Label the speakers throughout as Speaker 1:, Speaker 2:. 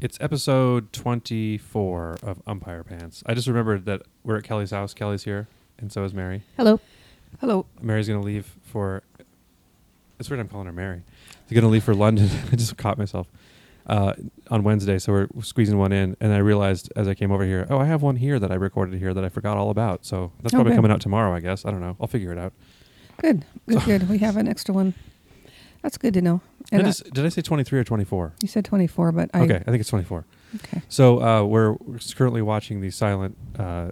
Speaker 1: It's episode 24 of Umpire Pants. I just remembered that we're at Kelly's house. Kelly's here, and so is Mary.
Speaker 2: Hello.
Speaker 3: Hello.
Speaker 1: Mary's going to leave for. It's weird I'm calling her Mary. She's going to leave for London. I just caught myself uh, on Wednesday, so we're squeezing one in. And I realized as I came over here, oh, I have one here that I recorded here that I forgot all about. So that's
Speaker 3: Oh,
Speaker 1: probably
Speaker 3: good.
Speaker 1: coming out tomorrow, I guess. I don't know. I'll figure it out.
Speaker 3: Good. Good. Good. We have an extra one. That's good to know.
Speaker 1: Did I
Speaker 3: And I-
Speaker 1: just- did I say 23 or 24?
Speaker 3: you said 24, but I
Speaker 1: okay, I think it's 24.
Speaker 3: Okay.
Speaker 1: So uh, we're we're s- currently watching the silent uh,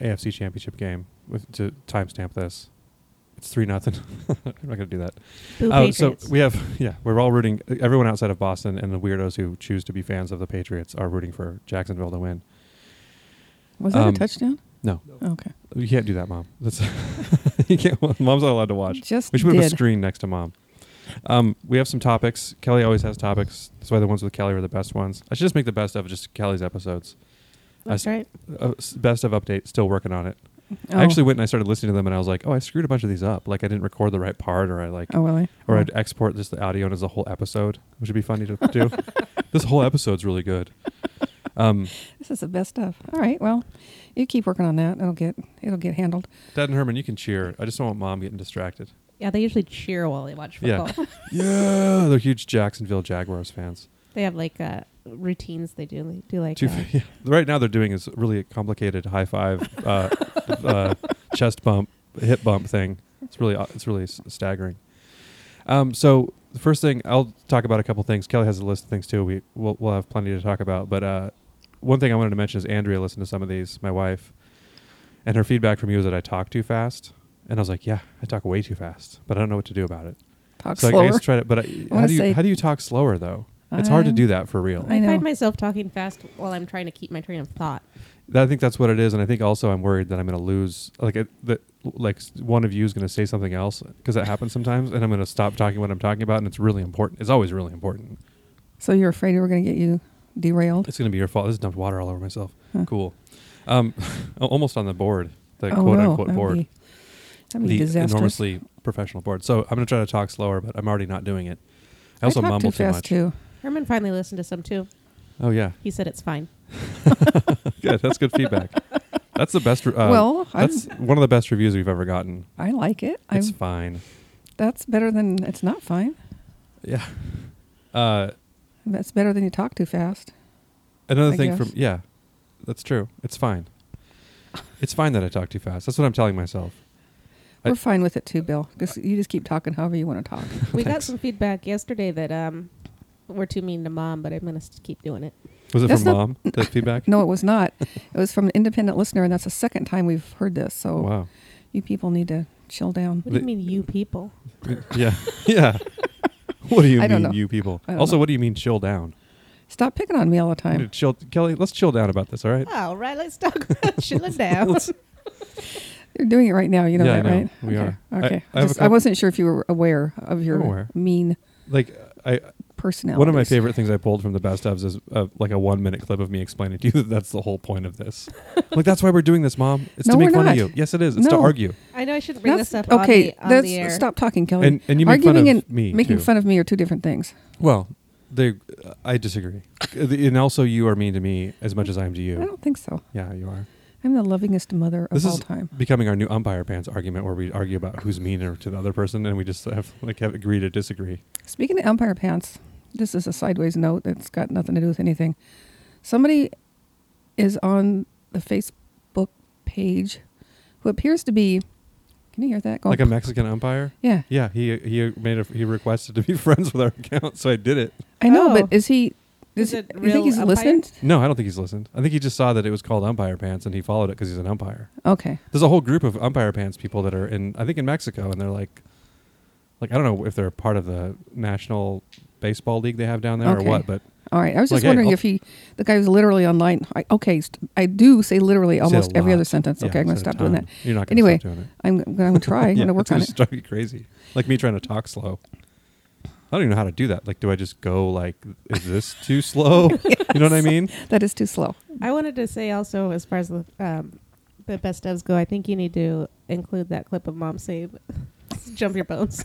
Speaker 1: AFC Championship game with to timestamp this. It's three nothing. I'm not gonna do that.
Speaker 2: Boo
Speaker 1: Uh, so
Speaker 2: Patriots.
Speaker 1: we have yeah, we're all rooting. e, Everyone outside of Boston and the weirdos who choose to be fans of the Patriots are rooting for Jacksonville to win.
Speaker 3: Was that
Speaker 1: Um,
Speaker 3: a touchdown?
Speaker 1: No,
Speaker 3: Okay.
Speaker 1: you can't do that, mom. That's you can't. Mom's not allowed to watch.
Speaker 3: Just
Speaker 1: We should put up a
Speaker 3: did.
Speaker 1: screen next to mom. Um, we have some topics. Kelly always has topics. That's why the ones with Kelly are the best ones. I should just make the best of just Kelly's episodes.
Speaker 2: That's right.
Speaker 1: uh, s- best of update. Still working on it.
Speaker 3: Oh.
Speaker 1: I actually went and I started listening to them, and I was like, "Oh, I screwed a bunch of these up. Like I didn't record the right part, or I like,
Speaker 3: Oh, really?
Speaker 1: or
Speaker 3: Oh.
Speaker 1: I'd export just the audio and as a whole episode, which would be funny to do. this whole episode's really good. Um,
Speaker 3: This is the best stuff. All right. Well, you keep working on that. It'll get it'll get handled.
Speaker 1: Dad and Herman, you can cheer. I just don't want Mom getting distracted.
Speaker 2: Yeah, they usually cheer while they watch
Speaker 1: Yeah.
Speaker 2: football.
Speaker 1: Yeah, they're huge Jacksonville Jaguars fans.
Speaker 2: they have like uh, routines they do. They do like
Speaker 1: Two,
Speaker 2: uh,
Speaker 1: yeah. Right now, they're doing is really complicated high five, uh, uh, chest bump, hip bump thing. It's really uh, it's really s- staggering. Um, so the first thing I'll talk about a couple things. Kelly has a list of things too. We we'll, we'll have plenty to talk about. But uh, one thing I wanted to mention is Andrea listened to some of these. My wife, and her feedback from you was that I talk too fast, and I was like, yeah, I talk way too fast, but I don't know what to do about it.
Speaker 3: Talk
Speaker 1: so I
Speaker 3: slower.
Speaker 1: guess try to. But I, how
Speaker 3: wanna
Speaker 1: do you
Speaker 3: say-
Speaker 1: how do you talk slower though? It's hard to
Speaker 3: I'm-
Speaker 1: do that for real.
Speaker 2: I,
Speaker 3: I know.
Speaker 2: find myself talking fast while I'm trying to keep my train of thought.
Speaker 1: That- I think that's what it is, and I think also I'm worried that I'm going to lose like it, that. Like s- one of you is going to say something else because that happens sometimes, and I'm going to stop talking what I'm talking about, and it's really important. It's always really important.
Speaker 3: so you're afraid we're going to get you derailed?
Speaker 1: It's going to be your fault. I just dumped water all over myself.
Speaker 3: Huh.
Speaker 1: Cool. Um, al- almost on the board, the
Speaker 3: oh
Speaker 1: quote
Speaker 3: no.
Speaker 1: unquote
Speaker 3: that'd
Speaker 1: board,
Speaker 3: Be, that'd be
Speaker 1: the
Speaker 3: disastrous.
Speaker 1: enormously professional board. So I'm going to try to talk slower, but I'm already not doing it. I also
Speaker 3: talk
Speaker 1: mumble
Speaker 3: too fast
Speaker 1: much.
Speaker 3: too.
Speaker 2: Herman finally listened to some too.
Speaker 1: Oh yeah,
Speaker 2: He said it's fine.
Speaker 1: good. That's good feedback. That's the best. re- Uh,
Speaker 3: well, I'm,
Speaker 1: that's one of the best reviews we've ever gotten.
Speaker 3: I like it. I'm,
Speaker 1: It's fine.
Speaker 3: that's better than it's not fine.
Speaker 1: Yeah. Uh,
Speaker 3: That's better than you talk too fast.
Speaker 1: Another
Speaker 3: I
Speaker 1: thing
Speaker 3: guess.
Speaker 1: from yeah, that's true. It's fine. it's fine that I talk too fast. That's what I'm telling myself. I-
Speaker 3: We're fine with it too, Bill. Just, you just keep talking however you want to talk.
Speaker 2: We got
Speaker 1: Thanks.
Speaker 2: some feedback yesterday that um, we're too mean to mom, but I'm gonna s- keep doing it.
Speaker 1: Was it
Speaker 3: That's
Speaker 1: from
Speaker 3: not-
Speaker 1: mom? The feedback.
Speaker 3: No, it was not. it was from an independent listener, and that's the second time we've heard this. So
Speaker 1: Wow.
Speaker 3: you people need to chill down.
Speaker 2: What do
Speaker 1: The-
Speaker 2: you mean, you people?
Speaker 1: yeah. Yeah. What do you
Speaker 3: I
Speaker 1: mean,
Speaker 3: don't know.
Speaker 1: you people?
Speaker 3: I don't
Speaker 1: Also,
Speaker 3: know.
Speaker 1: what do you mean, chill down?
Speaker 3: Stop picking on me all
Speaker 1: We
Speaker 3: the time.
Speaker 1: need to chill, Kelly. Let's chill down about this. All right.
Speaker 2: All right, let's talk about chilling down.
Speaker 3: You're doing it right now. You know
Speaker 1: Yeah, I
Speaker 3: that,
Speaker 1: know.
Speaker 3: right?
Speaker 1: We
Speaker 3: okay.
Speaker 1: are. I-
Speaker 3: Okay.
Speaker 1: I
Speaker 3: I,
Speaker 1: have a
Speaker 3: just, I
Speaker 1: couple-
Speaker 3: wasn't sure if you were aware of your
Speaker 1: I'm aware.
Speaker 3: mean
Speaker 1: Like I,
Speaker 3: personality.
Speaker 1: one of my favorite things I pulled from the best ofs is uh, like a one minute clip of me explaining to you that that's the whole point of this. like that's why we're doing this, mom. It's to
Speaker 3: No,
Speaker 1: make
Speaker 3: we're
Speaker 1: fun of
Speaker 3: not.
Speaker 1: you. Yes, it is. It's to
Speaker 3: No.
Speaker 1: argue.
Speaker 2: I know I shouldn't bring
Speaker 3: That's,
Speaker 2: this up.
Speaker 3: okay,
Speaker 2: on the, on
Speaker 3: that's,
Speaker 2: the air.
Speaker 3: stop talking, Kelly.
Speaker 1: And and you make fun of
Speaker 3: Arguing and
Speaker 1: me
Speaker 3: making
Speaker 1: too.
Speaker 3: fun of me are two different things.
Speaker 1: Well, they, uh, I disagree, and also you are mean to me as much as I am to
Speaker 3: I
Speaker 1: you.
Speaker 3: don't think so.
Speaker 1: Yeah, you are.
Speaker 3: I'm the lovingest mother of
Speaker 1: This
Speaker 3: all
Speaker 1: is-
Speaker 3: time.
Speaker 1: Becoming our new umpire pants argument, where we argue about who's meaner to the other person, and we just have like have agree to disagree.
Speaker 3: Speaking of umpire pants, this is a sideways note that's got nothing to do with anything. Somebody is on the Facebook page who appears to be. Can you hear that? Going
Speaker 1: Like a Mexican umpire.
Speaker 3: yeah,
Speaker 1: Yeah, he he made a he requested to be friends with our account, so I did it.
Speaker 3: I know,
Speaker 2: Oh.
Speaker 3: but is he? Is,
Speaker 2: Is it
Speaker 3: you
Speaker 2: real
Speaker 3: think he's
Speaker 2: umpire?
Speaker 3: listening?
Speaker 1: No, I don't think he's listened. I think he just saw that it was called umpire pants, and he followed it because he's an umpire.
Speaker 3: Okay,
Speaker 1: There's a whole group of umpire pants people that are in I think in Mexico, and they're like, like I don't know if they're part of the national baseball league they have down there
Speaker 3: Okay.
Speaker 1: or what, but
Speaker 3: all right. I was just
Speaker 1: Like, hey,
Speaker 3: wondering
Speaker 1: I'll-
Speaker 3: if he, the guy who's literally online. I, okay, st- I do say literally almost
Speaker 1: Say a
Speaker 3: every
Speaker 1: lot.
Speaker 3: other sentence.
Speaker 1: Yeah,
Speaker 3: okay, I'm going
Speaker 1: say
Speaker 3: to
Speaker 1: a
Speaker 3: stop doing
Speaker 1: ton.
Speaker 3: that.
Speaker 1: You're not going to
Speaker 3: Anyway,
Speaker 1: stop doing it.
Speaker 3: I'm, I'm going to try. I'm going to work
Speaker 1: that's
Speaker 3: on
Speaker 1: gonna
Speaker 3: it.
Speaker 1: Drive you crazy, like me trying to talk slow. I don't even know how to do that. Like, do I just go like, is this too slow? You know what I mean?
Speaker 3: That is too slow.
Speaker 2: I wanted to say also, as far as the, um, the best devs go, I think you need to include that clip of mom save jump your bones.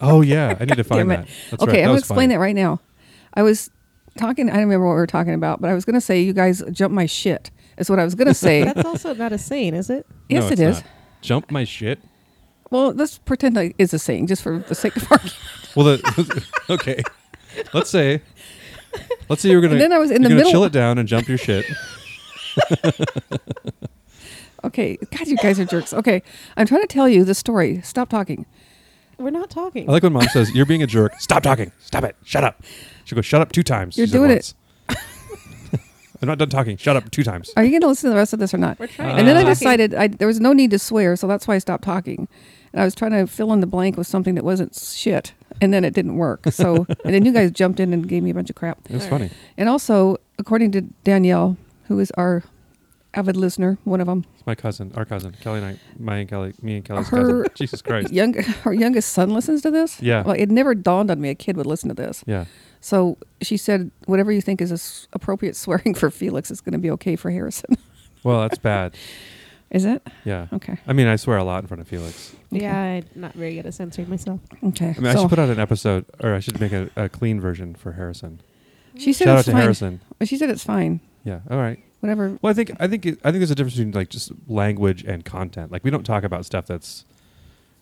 Speaker 1: Oh yeah, I need to find
Speaker 3: damn
Speaker 1: that.
Speaker 3: it.
Speaker 1: That's
Speaker 3: okay,
Speaker 1: right.
Speaker 3: I'm going to explain that right now. I was talking. I don't remember what we were talking about, but I was going to say you guys jump my shit. Is what I was going to say.
Speaker 2: That's also not a saying, is it?
Speaker 3: yes,
Speaker 1: no,
Speaker 3: it
Speaker 1: it's
Speaker 3: is.
Speaker 1: not. Jump my shit.
Speaker 3: Well, let's pretend like it's a saying, just for the sake of argument.
Speaker 1: Well, the, okay. Let's say, let's say you're gonna.
Speaker 3: And then I was in
Speaker 1: you're gonna
Speaker 3: the middle-
Speaker 1: Chill it down and jump your shit.
Speaker 3: Okay, God, you guys are jerks. Okay, I'm trying to tell you the story. Stop talking.
Speaker 2: We're not talking.
Speaker 1: I like when mom says, "You're being a jerk. Stop talking. Stop it. Shut up." She goes, "Shut up two times."
Speaker 3: You're
Speaker 1: She said
Speaker 3: doing it.
Speaker 1: once. I'm not done talking. Shut up two times.
Speaker 3: Are you going to listen to the rest of this or not?
Speaker 2: We're trying.
Speaker 1: Uh,
Speaker 3: and then I
Speaker 1: Talking.
Speaker 3: decided I, there was no need to swear, so that's why I stopped talking. And I was trying to fill in the blank with something that wasn't shit, and then it didn't work. So, and then you guys jumped in and gave me a bunch of crap.
Speaker 1: It was
Speaker 2: All
Speaker 1: funny.
Speaker 2: right.
Speaker 3: And also, according to Danielle, who is our avid listener, one of them,
Speaker 1: It's my cousin, our cousin, Kelly and I, my and Kelly, me and Kelly's
Speaker 3: Her-
Speaker 1: cousin. Jesus Christ.
Speaker 3: young, her youngest son listens to this.
Speaker 1: Yeah.
Speaker 3: Well, it never dawned on me a kid would listen to this.
Speaker 1: Yeah.
Speaker 3: So she said, whatever you think is a s- appropriate swearing for Felix is going to be okay for Harrison.
Speaker 1: Well, that's bad.
Speaker 3: is it?
Speaker 1: Yeah.
Speaker 3: Okay.
Speaker 1: I mean, I swear a lot in front of Felix.
Speaker 2: Yeah, I'm not very good at censoring myself.
Speaker 3: Okay.
Speaker 1: I mean, I
Speaker 3: so
Speaker 1: should put out an episode, or I should make a, a clean version for Harrison.
Speaker 3: she said
Speaker 1: Shout out
Speaker 3: it's
Speaker 1: to
Speaker 3: fine.
Speaker 1: Harrison.
Speaker 3: She said it's fine.
Speaker 1: Yeah. All right.
Speaker 3: Whatever.
Speaker 1: Well, I think I think it, I think there's a difference between like just language and content. Like we don't talk about stuff that's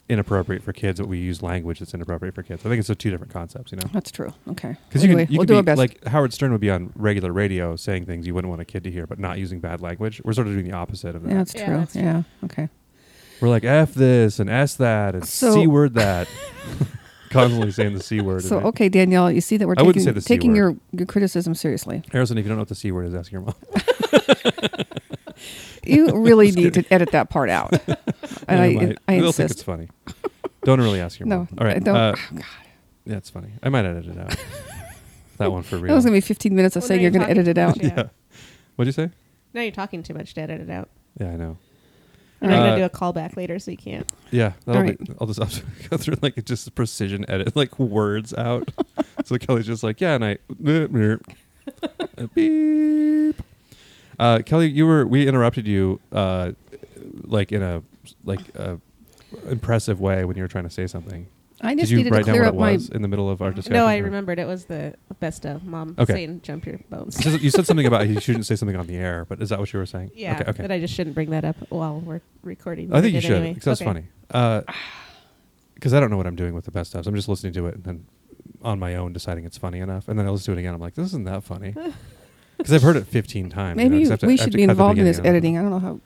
Speaker 1: inappropriate for kids, but we use language that's inappropriate for kids. I think it's the two different concepts, you know.
Speaker 3: That's true. Okay.
Speaker 1: Because
Speaker 3: anyway,
Speaker 1: you can, you
Speaker 3: we'll
Speaker 1: could
Speaker 3: do our
Speaker 1: be-
Speaker 3: best.
Speaker 1: like Howard Stern would be on regular radio saying things you wouldn't want a kid to hear, but not using bad language. We're sort of doing the opposite of that.
Speaker 3: yeah, that's true.
Speaker 2: Yeah,
Speaker 3: Yeah.
Speaker 2: that's true.
Speaker 3: Okay.
Speaker 1: We're like f this and s that and
Speaker 3: So-
Speaker 1: c word that, constantly saying the c word.
Speaker 3: So
Speaker 1: and-
Speaker 3: okay, Danielle, you see that we're
Speaker 1: I wouldn't
Speaker 3: taking,
Speaker 1: say the C
Speaker 3: taking
Speaker 1: word.
Speaker 3: your, your criticism seriously.
Speaker 1: Harrison, if you don't know what the c word is, ask your mom.
Speaker 3: You really need to edit that part out. and I,
Speaker 1: might.
Speaker 3: I
Speaker 1: They'll think it's
Speaker 3: insist.
Speaker 1: funny. don't really ask your
Speaker 3: No,
Speaker 1: mom. All right,
Speaker 3: I don't.
Speaker 1: uh,
Speaker 3: oh, God.
Speaker 1: yeah, it's funny. I might edit it out. that one for real.
Speaker 3: That was gonna be 15 minutes of
Speaker 2: Well,
Speaker 3: saying
Speaker 2: now
Speaker 3: you're gonna
Speaker 2: talking
Speaker 3: edit it
Speaker 2: too
Speaker 3: out.
Speaker 2: much,
Speaker 1: yeah. What'd you say?
Speaker 2: Now you're talking too much to edit it out.
Speaker 1: Yeah, I know.
Speaker 2: And I'm
Speaker 1: Uh,
Speaker 2: gonna do a callback later, so you can't.
Speaker 1: Yeah, that'll
Speaker 3: All
Speaker 1: be. I'll just I'll just go through like just precision edit like words out. so Kelly's just like, yeah, and I Uh, beep. Uh, Kelly, you were we interrupted you uh, like in a like a impressive way when you were trying to say something.
Speaker 3: I just
Speaker 1: Did you
Speaker 3: needed to
Speaker 1: write down
Speaker 3: clear
Speaker 1: what it
Speaker 3: up my.
Speaker 1: was in the middle of our discussion?
Speaker 2: No, I
Speaker 1: or-
Speaker 2: remembered it was the best of mom
Speaker 1: Okay.
Speaker 2: saying "jump your
Speaker 1: You
Speaker 2: bones."
Speaker 1: said- You said something about you shouldn't say something on the air, but is that what you were saying?
Speaker 2: yeah,
Speaker 1: Okay.
Speaker 2: that
Speaker 1: okay.
Speaker 2: I just shouldn't bring that up while we're recording.
Speaker 1: I,
Speaker 2: but
Speaker 1: think you
Speaker 2: did
Speaker 1: should.
Speaker 2: anyway.
Speaker 1: Because that's
Speaker 2: Okay.
Speaker 1: funny. Because I don't know what I'm doing with the best ofs. I'm just listening to it and then on my own deciding it's funny enough, and then I listen to it again. I'm like, this isn't that funny. Because I've heard it 15 times. you know,
Speaker 3: Maybe
Speaker 1: 'cause I have to- I
Speaker 3: we
Speaker 1: have
Speaker 3: should
Speaker 1: to
Speaker 3: be
Speaker 1: cut the
Speaker 3: involved in
Speaker 1: beginning
Speaker 3: this
Speaker 1: out of it.
Speaker 3: editing. I don't know how.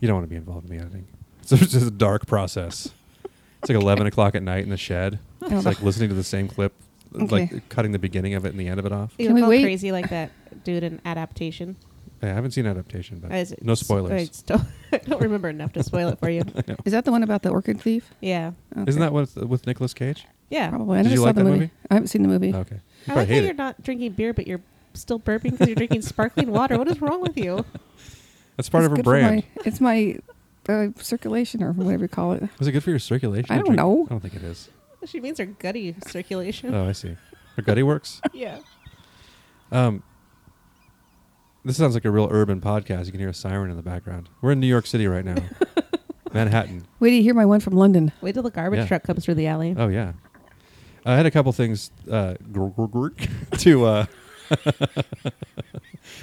Speaker 1: You don't want to be involved in the editing. So it's just a dark process. It's like 11 o'clock at night in the shed.
Speaker 3: I don't
Speaker 1: It's
Speaker 3: know.
Speaker 1: like listening to the same clip,
Speaker 3: Okay.
Speaker 1: like cutting the beginning of it and the end of it off.
Speaker 2: It
Speaker 3: Can we
Speaker 2: felt
Speaker 3: wait?
Speaker 2: crazy like that dude in adaptation.
Speaker 1: I haven't seen adaptation, but
Speaker 2: I was-
Speaker 1: no
Speaker 2: I,
Speaker 1: spoilers.
Speaker 2: still, I don't remember enough to spoil it for you.
Speaker 3: Is that the one about the orchid thief?
Speaker 2: Yeah,
Speaker 3: Okay.
Speaker 1: Isn't that with, with Nicolas Cage?
Speaker 2: yeah.
Speaker 3: Probably. I
Speaker 1: Did
Speaker 3: never
Speaker 1: you
Speaker 3: saw
Speaker 1: like
Speaker 3: the
Speaker 1: that
Speaker 3: movie.
Speaker 1: movie?
Speaker 3: I haven't seen the movie.
Speaker 1: Oh, Okay. You
Speaker 2: I
Speaker 1: probably
Speaker 2: like how
Speaker 1: hate
Speaker 2: you're
Speaker 1: it.
Speaker 2: not drinking beer, but you're still burping because you're drinking sparkling water. What is wrong with you?
Speaker 1: That's part
Speaker 3: It's
Speaker 1: of her
Speaker 3: good for
Speaker 1: brand.
Speaker 3: my- it's my uh, circulation or whatever you call it.
Speaker 1: Is it good for your circulation?
Speaker 3: I
Speaker 1: to
Speaker 3: don't
Speaker 1: drink-
Speaker 3: know.
Speaker 1: I don't think it is.
Speaker 2: She means her gutty circulation.
Speaker 1: Oh, I see. Her gutty works.
Speaker 2: Yeah.
Speaker 1: Um, this sounds like a real urban podcast. You can hear a siren in the background. We're in New York City right now, Manhattan.
Speaker 3: Wait till you hear my one from London.
Speaker 2: Wait till the garbage
Speaker 1: Yeah.
Speaker 2: truck comes through the alley.
Speaker 1: Oh yeah. I had a couple things uh, grr, grr, grr, to. Uh,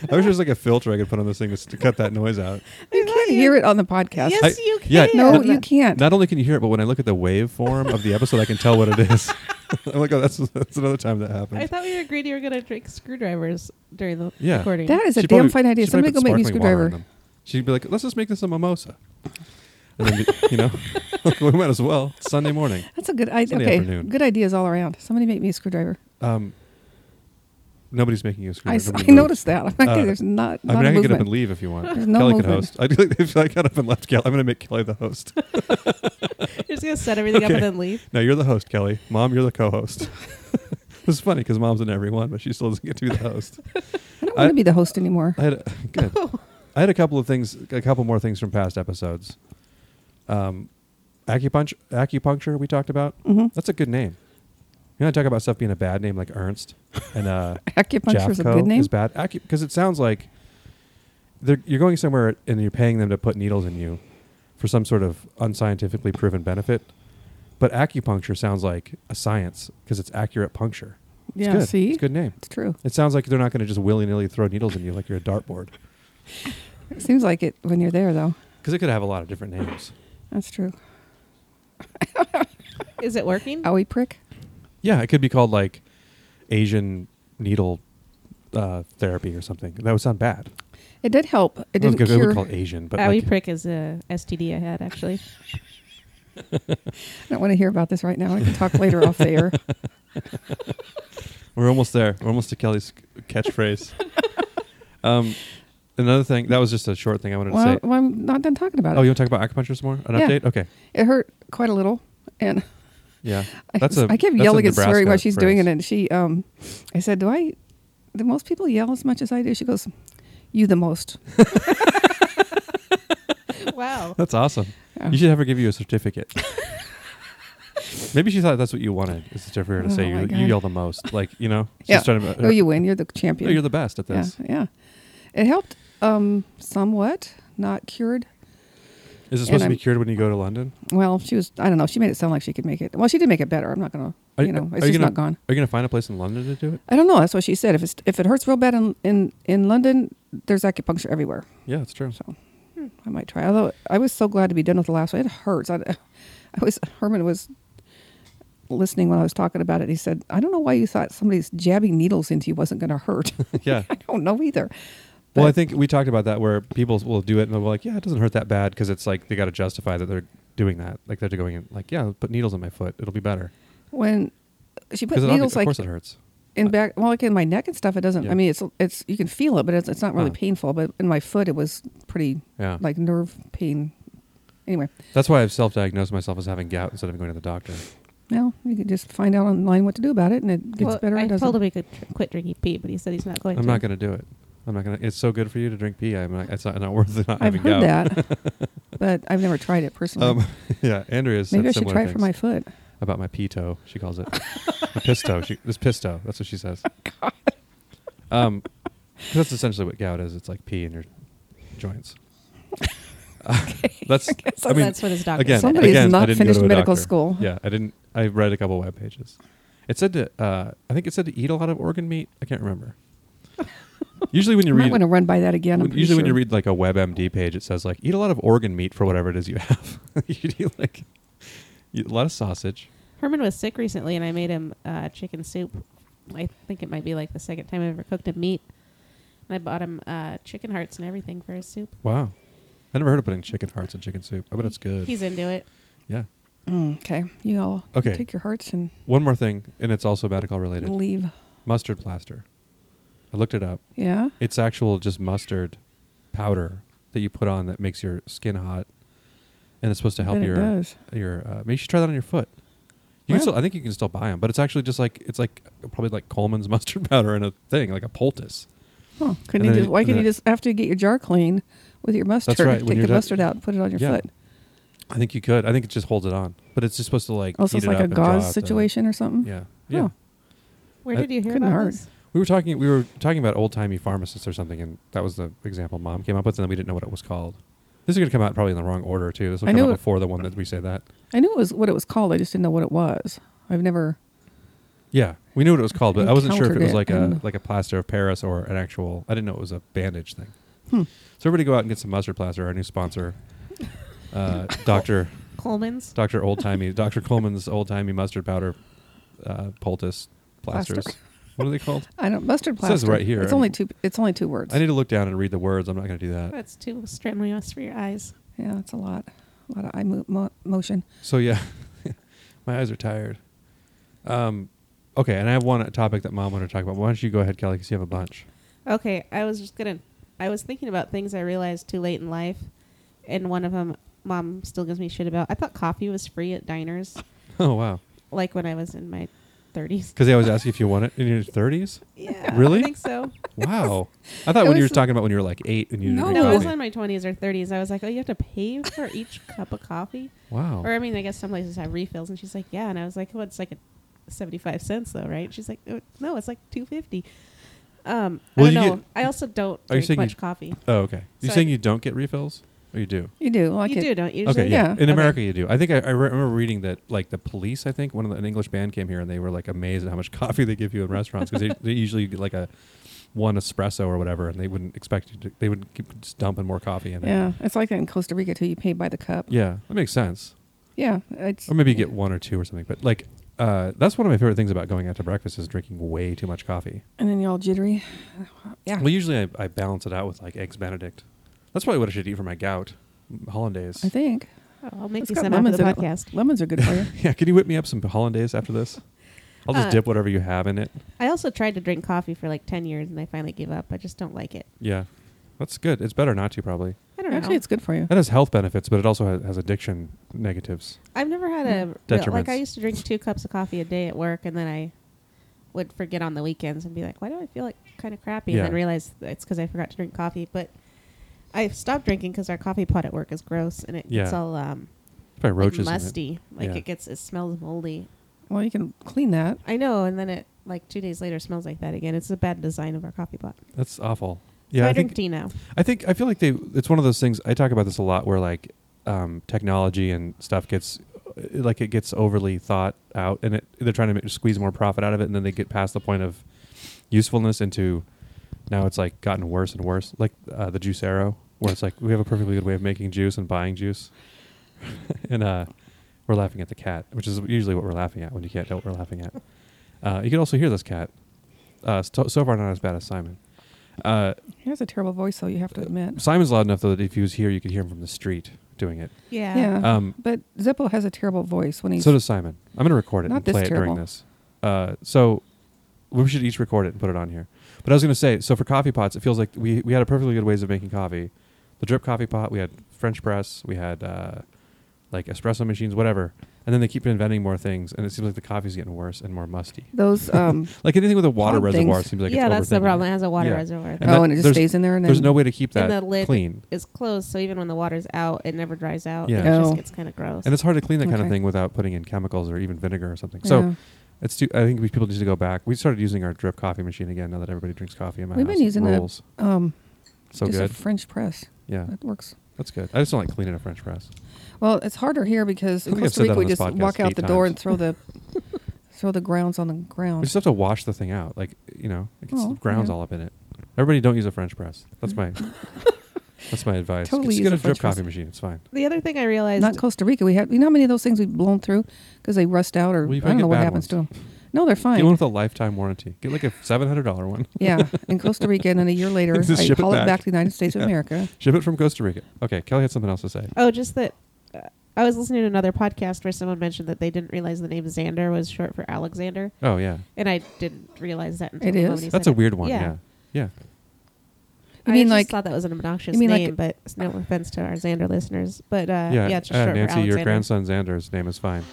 Speaker 1: I wish there was like a filter I could put on this thing to, s- to cut that noise out.
Speaker 3: You can't hear it on the podcast.
Speaker 2: Yes,
Speaker 1: I-
Speaker 2: you
Speaker 1: yeah,
Speaker 2: can.
Speaker 3: No, you can't.
Speaker 1: Not only can you hear it, but when I look at the waveform of the episode, I can tell what it is. I'm like, oh, that's that's another time that happens.
Speaker 2: I thought we agreed you were going to drink screwdrivers during the
Speaker 1: Yeah.
Speaker 2: recording.
Speaker 3: That is a
Speaker 1: She'd
Speaker 3: damn
Speaker 1: probably-
Speaker 3: fine idea.
Speaker 1: she'd probably
Speaker 3: Somebody go
Speaker 1: put
Speaker 3: make me a
Speaker 1: sparkling water in
Speaker 3: screwdriver.
Speaker 1: them. She'd be like, let's just make this a mimosa. And then, be- you know, we might as well. It's Sunday morning.
Speaker 3: That's a good idea.
Speaker 1: Sunday
Speaker 3: Okay,
Speaker 1: afternoon.
Speaker 3: good ideas all around. Somebody make me a screwdriver.
Speaker 1: Um, nobody's making you a
Speaker 3: I,
Speaker 1: screwdriver.
Speaker 3: s- I
Speaker 1: Nobody moves.
Speaker 3: noticed that. I'm like,
Speaker 1: Uh,
Speaker 3: there's not,
Speaker 1: I
Speaker 3: not
Speaker 1: mean,
Speaker 3: a
Speaker 1: I could get up
Speaker 3: movement.
Speaker 1: and leave if you want.
Speaker 3: There's no
Speaker 1: Kelly could host.
Speaker 3: movement.
Speaker 1: I do, if I got up and left, Kelly, I'm going to make Kelly the host.
Speaker 2: You're just going to set everything up
Speaker 1: Okay.
Speaker 2: and then leave.
Speaker 1: No, you're the host, Kelly. Mom, you're the co-host. this is funny because mom's in every one, but she still doesn't get to be the host.
Speaker 3: I don't
Speaker 1: I-
Speaker 3: want to be the host anymore.
Speaker 1: I had a, good.
Speaker 3: Oh.
Speaker 1: I had a couple of things, a couple more things from past episodes. Um, acupuncture, acupuncture we talked about.
Speaker 3: Mhm.
Speaker 1: That's a good name. You know, I talk about stuff being a bad name like Ernst and uh,
Speaker 3: Acupuncture is a
Speaker 1: Jafco
Speaker 3: good name.
Speaker 1: is bad because it sounds like they're, you're going somewhere and you're paying them to put needles in you for some sort of unscientifically proven benefit. But acupuncture sounds like a science because it's accurate puncture. It's
Speaker 3: yeah,
Speaker 1: good.
Speaker 3: see?
Speaker 1: It's a good name.
Speaker 3: It's true.
Speaker 1: It sounds like they're not going to just willy nilly throw needles in you like you're a dartboard.
Speaker 3: It seems like it when you're there, though.
Speaker 1: Because it could have a lot of different names.
Speaker 3: That's true.
Speaker 2: Is it working?
Speaker 3: Owie prick?
Speaker 1: Yeah, it could be called like Asian needle uh, therapy or something. That would sound bad.
Speaker 3: It did help. It
Speaker 1: I was
Speaker 3: didn't
Speaker 1: gonna- I
Speaker 3: cure.
Speaker 1: would call it Asian, but
Speaker 2: Owie
Speaker 1: like,
Speaker 2: prick is a STD I had actually.
Speaker 3: I don't want to hear about this right now. I can talk later off the air.
Speaker 1: we're almost there. We're almost to Kelly's catchphrase. um, another thing that was just a short thing I wanted
Speaker 3: Well,
Speaker 1: to say.
Speaker 3: well, I'm not done talking about
Speaker 1: Oh,
Speaker 3: it.
Speaker 1: you want to talk about acupuncture some more? An
Speaker 3: Yeah.
Speaker 1: update? Okay.
Speaker 3: It hurt quite a little, and
Speaker 1: Yeah.
Speaker 3: I
Speaker 1: That's
Speaker 3: was-
Speaker 1: a-
Speaker 3: I kept
Speaker 1: that's a
Speaker 3: yelling at Sari while
Speaker 1: Nebraska
Speaker 3: she's doing it,
Speaker 1: phrase.
Speaker 3: and she, um, I said, "Do I? Do most people yell as much as I do?" She goes, "You the most."
Speaker 2: wow.
Speaker 1: That's awesome.
Speaker 3: Yeah.
Speaker 1: You should have her give you a certificate. Maybe she thought that's what you wanted. Is to for her to
Speaker 3: Oh
Speaker 1: say
Speaker 3: my
Speaker 1: you,
Speaker 3: God.
Speaker 1: you yell the most. Like you know, she's
Speaker 3: Yeah.
Speaker 1: trying to.
Speaker 3: No, you win. You're the
Speaker 1: "Oh,
Speaker 3: champion.
Speaker 1: you're the best at this.
Speaker 3: Yeah, yeah. It helped um, somewhat, not cured.
Speaker 1: Is it
Speaker 3: And
Speaker 1: supposed to be
Speaker 3: I'm-
Speaker 1: cured when you go to London?
Speaker 3: Well, she was. I don't know. She made it sound like she could make it. Well, she did make it better. I'm not gonna.
Speaker 1: Are-
Speaker 3: you know,
Speaker 1: are
Speaker 3: it's
Speaker 1: you
Speaker 3: just
Speaker 1: gonna-
Speaker 3: not gone.
Speaker 1: Are you going to find a place in London to do it?
Speaker 3: I don't know. That's what she said. If it's if it hurts real bad in in, in London, there's acupuncture everywhere.
Speaker 1: Yeah, it's true.
Speaker 3: So I might try. Although I was so glad to be done with the last one. It hurts. I, I was Herman was listening when I was talking about it. He said, "I don't know why you thought somebody's jabbing needles into you wasn't going to hurt."
Speaker 1: yeah.
Speaker 3: I don't know either.
Speaker 1: Well, I
Speaker 3: But-
Speaker 1: think we talked about that where people will do it and they'll be like, yeah, it doesn't hurt that bad because it's like they got to justify that they're doing that. Like they're going in, like, yeah, put needles in my foot. It'll be better.
Speaker 3: when she put
Speaker 1: Because
Speaker 3: needles
Speaker 1: of
Speaker 3: like
Speaker 1: course it hurts.
Speaker 3: in back well like in my neck and stuff it doesn't
Speaker 1: Uh, Yeah. Uh.
Speaker 3: i mean it's it's you can feel it but it's, it's not really
Speaker 1: Huh.
Speaker 3: painful but in my foot it was pretty
Speaker 1: Yeah.
Speaker 3: like nerve pain anyway
Speaker 1: That's why I've self diagnosed myself as having gout instead of going to the doctor.
Speaker 3: now you can just find out online what to do about it and it gets
Speaker 2: Well,
Speaker 3: better or
Speaker 2: I
Speaker 3: doesn't.
Speaker 2: told him he could tr- quit drinking pee, but he said he's not going
Speaker 1: I'm
Speaker 2: to.
Speaker 1: not going to do it. I'm not going to. It's so good for you to drink pee. I'm not, it's not, not worth it not
Speaker 3: i've
Speaker 1: having
Speaker 3: heard
Speaker 1: Uh, gout.
Speaker 3: that but i've never tried it personally
Speaker 1: Um, yeah, Andrea's
Speaker 3: maybe
Speaker 1: said
Speaker 3: i should
Speaker 1: similar
Speaker 3: try it
Speaker 1: things
Speaker 3: for my foot
Speaker 1: about my pito. She calls it my pisto. She, this pisto. That's what she says.
Speaker 3: Oh,
Speaker 1: Um, 'cause that's essentially what gout is. It's like pee in your joints. Uh, that's.
Speaker 3: guess
Speaker 1: I mean,
Speaker 2: that's what his doctor
Speaker 1: again,
Speaker 2: said.
Speaker 3: Somebody has
Speaker 1: again, I
Speaker 3: not
Speaker 1: didn't go
Speaker 3: finished
Speaker 1: to a
Speaker 3: medical
Speaker 1: doctor.
Speaker 3: school.
Speaker 1: Yeah, I didn't. I read a couple web pages. It said to. Uh, I think it said to eat a lot of organ meat. I can't remember. Usually, when you
Speaker 3: you might
Speaker 1: read
Speaker 3: want to run by that again I'm
Speaker 1: when-
Speaker 3: pretty
Speaker 1: usually when you
Speaker 3: sure.
Speaker 1: read like a WebMD page, it says like eat a lot of organ meat for whatever it is you have. you eat like eat a lot of sausage.
Speaker 2: Herman was sick recently, and I made him uh, chicken soup. I think it might be like the second time I ever cooked a meat. And I bought him uh, chicken hearts and everything for his soup.
Speaker 1: Wow, I never heard of putting chicken hearts in chicken soup. I bet it's Oh, good.
Speaker 2: He's into it.
Speaker 1: yeah.
Speaker 3: Mm, okay you all
Speaker 1: Okay.
Speaker 3: take your hearts and
Speaker 1: One more thing, and it's also medical related.
Speaker 3: leave
Speaker 1: Mustard plaster. I looked it up.
Speaker 3: yeah
Speaker 1: It's actual just mustard powder that you put on that makes your skin hot, and it's supposed to help
Speaker 3: Then it
Speaker 1: your
Speaker 3: does.
Speaker 1: your. Uh, maybe you should try that on your foot. You
Speaker 3: Wow.
Speaker 1: can still, I think you can still buy them, but it's actually just like it's like probably like Coleman's mustard powder in a thing, like a poultice.
Speaker 3: Huh.
Speaker 1: And
Speaker 3: Couldn't you
Speaker 1: then
Speaker 3: just, why
Speaker 1: it-
Speaker 3: can't you
Speaker 1: and
Speaker 3: just after you get your jar clean with your mustard,
Speaker 1: right, when
Speaker 3: take
Speaker 1: you're
Speaker 3: the
Speaker 1: done-
Speaker 3: mustard out and put it on your
Speaker 1: Yeah.
Speaker 3: foot?
Speaker 1: I think you could. I think it just holds it on, but it's just supposed to like.
Speaker 3: Also,
Speaker 1: heat
Speaker 3: it's
Speaker 1: it
Speaker 3: like
Speaker 1: up
Speaker 3: a
Speaker 1: and draw
Speaker 3: gauze
Speaker 1: out the-
Speaker 3: situation or something.
Speaker 1: yeah, yeah.
Speaker 3: Oh.
Speaker 2: Where
Speaker 1: I-
Speaker 2: did you hear
Speaker 3: Couldn't
Speaker 2: about
Speaker 3: hurt.
Speaker 2: this?
Speaker 1: We were talking. We were talking about old timey pharmacists or something, and that was the example mom came up with, and then we didn't know what it was called. This is going to come out probably in the wrong order too. This will
Speaker 3: I
Speaker 1: come
Speaker 3: knew
Speaker 1: out
Speaker 3: it-
Speaker 1: before the one that we say that.
Speaker 3: I knew it was what it was called. I just didn't know what it was. I've never.
Speaker 1: Yeah, we knew what it was called, but I wasn't sure if it
Speaker 3: Encountered
Speaker 1: was
Speaker 3: it
Speaker 1: like a
Speaker 3: and-
Speaker 1: like a plaster of Paris or an actual. I didn't know it was a bandage thing.
Speaker 3: Hmm.
Speaker 1: So everybody go out and get some mustard plaster. Our new sponsor, uh, Doctor
Speaker 2: Coleman's.
Speaker 1: Doctor Old Timey Doctor Coleman's Old Timey Mustard Powder uh, Poultice
Speaker 3: Plaster.
Speaker 1: plasters. What are they called?
Speaker 3: I don't mustard
Speaker 1: says
Speaker 3: plaster.
Speaker 1: right here.
Speaker 3: It's only two. It's only two words.
Speaker 1: I need to look down and read the words. I'm not going to do that.
Speaker 2: That's too strenuous for your eyes.
Speaker 3: yeah, it's a lot. A lot of eye mo- mo- motion.
Speaker 1: So yeah, my eyes are tired. Um, okay, and I have one topic that mom wanted to talk about. Why don't you go ahead, Kelly? Because you have a bunch.
Speaker 2: Okay, I was just gonna. I was thinking about things I realized too late in life, and one of them, mom still gives me shit about. I thought coffee was free at diners,
Speaker 1: Oh wow,
Speaker 2: like when I was in my thirties.
Speaker 1: because they always ask you if you want it in your 30s.
Speaker 2: Yeah,
Speaker 1: Really?
Speaker 2: I think so.
Speaker 1: Wow. I thought
Speaker 3: It
Speaker 1: when you were
Speaker 3: was-
Speaker 1: talking about when you were like eight and you
Speaker 3: No.
Speaker 1: didn't
Speaker 2: No, it
Speaker 1: drink
Speaker 2: was
Speaker 1: coffee.
Speaker 2: in my twenties or thirties. I was like, oh, you have to pay for each cup of coffee,
Speaker 1: Wow.
Speaker 2: or I mean, I guess some places have refills. And she's like, yeah, and I was like, well, it's like a seventy-five cents though, right? She's like, "Oh, no, it's like two fifty. Um,
Speaker 1: Well,
Speaker 2: I
Speaker 1: you
Speaker 2: don't know.
Speaker 1: get-
Speaker 2: I also don't
Speaker 1: Are you
Speaker 2: drink
Speaker 1: saying you-
Speaker 2: much coffee.
Speaker 1: Oh, okay. You're
Speaker 2: So I
Speaker 1: saying
Speaker 2: d-
Speaker 1: you don't get refills? Oh, you do.
Speaker 3: You do like
Speaker 2: you
Speaker 3: it.
Speaker 2: do, don't you?
Speaker 1: Okay,
Speaker 2: usually?
Speaker 1: yeah.
Speaker 3: Yeah.
Speaker 1: In
Speaker 3: Okay.
Speaker 1: America, you do. I think I, I re- remember reading that, like the police. I think one of the, an English band came here, and they were like amazed at how much coffee they give you in restaurants because they, they usually get like a one espresso or whatever, and they wouldn't expect you to. They would keep just dumping more coffee in. it.
Speaker 3: Yeah, it's like that in Costa Rica too. You pay by the cup.
Speaker 1: Yeah, that makes sense.
Speaker 3: Yeah, it's
Speaker 1: Or maybe you get one or two or something. But like, uh, that's one of my favorite things about going out to breakfast is drinking way too much coffee.
Speaker 3: and then you're all jittery. Yeah,
Speaker 1: Well, usually I, I balance it out with like eggs Benedict. That's probably what I should eat for my gout. Hollandaise.
Speaker 3: I think
Speaker 2: Oh, I'll make
Speaker 3: It's
Speaker 2: you
Speaker 3: got
Speaker 2: some after the
Speaker 3: lemons in
Speaker 2: podcast.
Speaker 3: lemons are good for you.
Speaker 1: yeah, can you whip me up some hollandaise after this? I'll just
Speaker 2: Uh,
Speaker 1: dip whatever you have in it.
Speaker 2: I also tried to drink coffee for like 10 years and I finally gave up. I just don't like it.
Speaker 1: Yeah, that's good. It's better not to probably.
Speaker 2: I don't
Speaker 3: Actually,
Speaker 2: know.
Speaker 3: it's good for you.
Speaker 1: That has health benefits, but it also has, has addiction negatives.
Speaker 2: I've never had a real, like
Speaker 1: Mm-hmm. Detriments.
Speaker 2: I used to drink two cups of coffee a day at work, and then I would forget on the weekends and be like, "Why do I feel like kind of crappy?"
Speaker 1: Yeah.
Speaker 2: And then realize that it's because I forgot to drink coffee. But I stopped drinking because our coffee pot at work is gross, and it
Speaker 1: Yeah.
Speaker 2: gets all um,
Speaker 1: Probably
Speaker 2: like,
Speaker 1: roaches. in it.
Speaker 2: musty. Like
Speaker 1: Yeah.
Speaker 2: it gets it smells moldy.
Speaker 3: Well, you can clean that.
Speaker 2: I know, and then it like two days later smells like that again. It's a bad design of our coffee pot.
Speaker 1: That's awful.
Speaker 2: So
Speaker 1: Yeah,
Speaker 2: I,
Speaker 1: I
Speaker 2: drink
Speaker 1: think
Speaker 2: tea now.
Speaker 1: I think I feel like they. It's one of those things. I talk about this a lot, where like um, technology and stuff gets uh, like it gets overly thought out, and it, they're trying to make, squeeze more profit out of it, and then they get past the point of usefulness into now it's like gotten worse and worse. Like uh, the juice arrow, where it's like we have a perfectly good way of making juice and buying juice, and uh, we're laughing at the cat, which is usually what we're laughing at when you can't tell what we're laughing at. Uh, you can also hear this cat. Uh, so, so far, not as bad as Simon. Uh,
Speaker 3: He has a terrible voice, though. You have to admit.
Speaker 1: Simon's loud enough though that if he was here, you could hear him from the street doing it.
Speaker 2: Yeah.
Speaker 3: Yeah,
Speaker 1: Um,
Speaker 3: but Zippo has a terrible voice when he's
Speaker 1: so does Simon. I'm going to record it
Speaker 3: Not
Speaker 1: and
Speaker 3: this
Speaker 1: play it during
Speaker 3: terrible.
Speaker 1: this. Uh, so we should each record it and put it on here. But I was going to say, so for coffee pots, it feels like we we had a perfectly good ways of making coffee. The drip coffee pot, we had French press, we had uh, like espresso machines, whatever. And then they keep inventing more things, and it seems like the coffee's getting worse and more musty.
Speaker 3: those. Um,
Speaker 1: Like anything with a water
Speaker 3: Pod
Speaker 1: reservoir
Speaker 3: things.
Speaker 1: seems like
Speaker 2: yeah,
Speaker 1: it's
Speaker 2: that's the
Speaker 1: overthinking it.
Speaker 2: problem. It has a water
Speaker 1: Yeah.
Speaker 2: reservoir.
Speaker 1: And
Speaker 3: oh,
Speaker 1: that-
Speaker 3: and it just
Speaker 1: there's-
Speaker 3: stays in there. And
Speaker 1: There's
Speaker 3: then-
Speaker 1: no way to keep
Speaker 2: And
Speaker 1: that
Speaker 2: the lid-
Speaker 1: clean.
Speaker 2: It's closed, so even when the water's out, it never dries out.
Speaker 1: Yeah.
Speaker 2: It just
Speaker 3: Oh.
Speaker 2: gets kind of gross.
Speaker 1: And it's hard to clean that kind of
Speaker 3: Okay.
Speaker 1: thing without putting in chemicals or even vinegar or something. So
Speaker 3: Yeah.
Speaker 1: It's too, I think we, people need to go back. We started using our drip coffee machine again now that everybody drinks coffee in my
Speaker 3: We've
Speaker 1: house.
Speaker 3: been using
Speaker 1: it
Speaker 3: that.
Speaker 1: rules.
Speaker 3: um,
Speaker 1: So
Speaker 3: just
Speaker 1: good.
Speaker 3: a French press
Speaker 1: yeah,
Speaker 3: that works.
Speaker 1: that's good. I just don't like cleaning a French press.
Speaker 3: Well, it's harder here because in
Speaker 1: I think I've said
Speaker 3: Costa
Speaker 1: that
Speaker 3: Rica
Speaker 1: on
Speaker 3: we
Speaker 1: this
Speaker 3: just
Speaker 1: podcast
Speaker 3: walk out
Speaker 1: eight
Speaker 3: the door
Speaker 1: times.
Speaker 3: and throw the throw the grounds on the
Speaker 1: We
Speaker 3: ground.
Speaker 1: just have to wash the thing out. Like you know, it gets
Speaker 3: Oh,
Speaker 1: grounds
Speaker 3: yeah. Mm.
Speaker 1: all up in it. Everybody, don't use a French press. That's my that's my advice.
Speaker 3: Totally
Speaker 1: just
Speaker 3: use
Speaker 1: get
Speaker 3: a
Speaker 1: a drip
Speaker 3: French press.
Speaker 1: coffee machine. It's fine.
Speaker 2: The other thing I realized,
Speaker 3: Not Costa Rica. We have you know how many of those things we've blown through because they rust out or
Speaker 1: Well, you
Speaker 3: I don't
Speaker 1: probably
Speaker 3: know
Speaker 1: get
Speaker 3: what
Speaker 1: bad
Speaker 3: happens to
Speaker 1: ones.
Speaker 3: them. No, they're
Speaker 1: Get one
Speaker 3: fine.
Speaker 1: with a lifetime warranty. Get like a seven hundred dollar one.
Speaker 3: yeah, in Costa Rica, and then a year later,
Speaker 1: Just
Speaker 3: I
Speaker 1: ship it
Speaker 3: haul it
Speaker 1: back.
Speaker 3: back. to the United States
Speaker 1: Yeah.
Speaker 3: of America.
Speaker 1: Ship it from Costa Rica. Okay, Kelly had something else to say.
Speaker 2: oh, just that uh, I was listening to another podcast where someone mentioned that they didn't realize the name Xander was short for Alexander,
Speaker 1: Oh yeah,
Speaker 2: and I didn't realize that. Until
Speaker 3: It is?
Speaker 2: nobody
Speaker 1: that's
Speaker 2: said
Speaker 1: a
Speaker 2: it.
Speaker 1: weird one.
Speaker 2: Yeah.
Speaker 1: Yeah, yeah.
Speaker 3: You
Speaker 2: I
Speaker 3: mean
Speaker 2: just
Speaker 3: like-
Speaker 2: thought that was an obnoxious
Speaker 3: you mean like-
Speaker 2: name, but it's no offense to our Xander listeners, but uh, yeah, it's just
Speaker 1: uh,
Speaker 2: short for
Speaker 1: Nancy,
Speaker 2: Alexander.
Speaker 1: your grandson Xander's name is fine.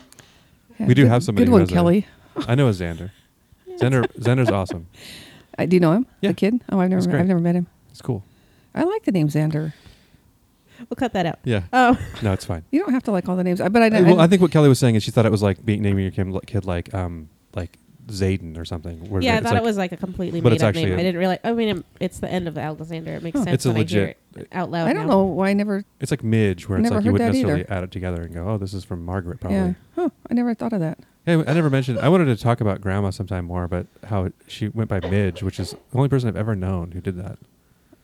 Speaker 3: Yeah,
Speaker 1: We do
Speaker 3: good-
Speaker 1: have somebody
Speaker 3: Good
Speaker 1: who
Speaker 3: one,
Speaker 1: has a-
Speaker 3: Kelly.
Speaker 1: I know a Xander. Xander Xander's awesome.
Speaker 3: I, Uh, do you know him?
Speaker 1: Yeah.
Speaker 3: The kid? Oh, I've
Speaker 1: He's
Speaker 3: never,
Speaker 1: great.
Speaker 3: I've never met him.
Speaker 1: It's cool.
Speaker 3: I like the name Xander.
Speaker 2: We'll cut that out.
Speaker 1: Yeah.
Speaker 2: Oh,
Speaker 1: No, it's fine.
Speaker 3: You don't have to like all the names, I- but I,
Speaker 1: Uh,
Speaker 3: I,
Speaker 1: well, I think what Kelly was saying is she thought it was like being naming your kim- kid like um like Zayden or something. where
Speaker 2: yeah, I
Speaker 1: it's
Speaker 2: thought
Speaker 1: like-
Speaker 2: it was like a completely
Speaker 1: but it's
Speaker 2: made-up
Speaker 1: actually
Speaker 2: name.
Speaker 1: a-
Speaker 2: I didn't realize. I mean, um, it's the end of Alexander. It makes
Speaker 3: Huh.
Speaker 2: sense
Speaker 1: It's a
Speaker 2: when I hear
Speaker 1: legit-
Speaker 2: it out loud.
Speaker 3: I don't
Speaker 2: now.
Speaker 3: know why I never.
Speaker 1: It's like Midge, where it's
Speaker 3: Never
Speaker 1: like you
Speaker 3: heard
Speaker 1: wouldn't
Speaker 3: that
Speaker 1: necessarily
Speaker 3: either.
Speaker 1: add it together and go, "Oh, this is from Margaret, probably."
Speaker 3: Yeah. Huh. I never thought of that.
Speaker 1: Hey, I never mentioned. I wanted to talk about Grandma sometime more, but how it- she went by Midge, which is the only person I've ever known who did that.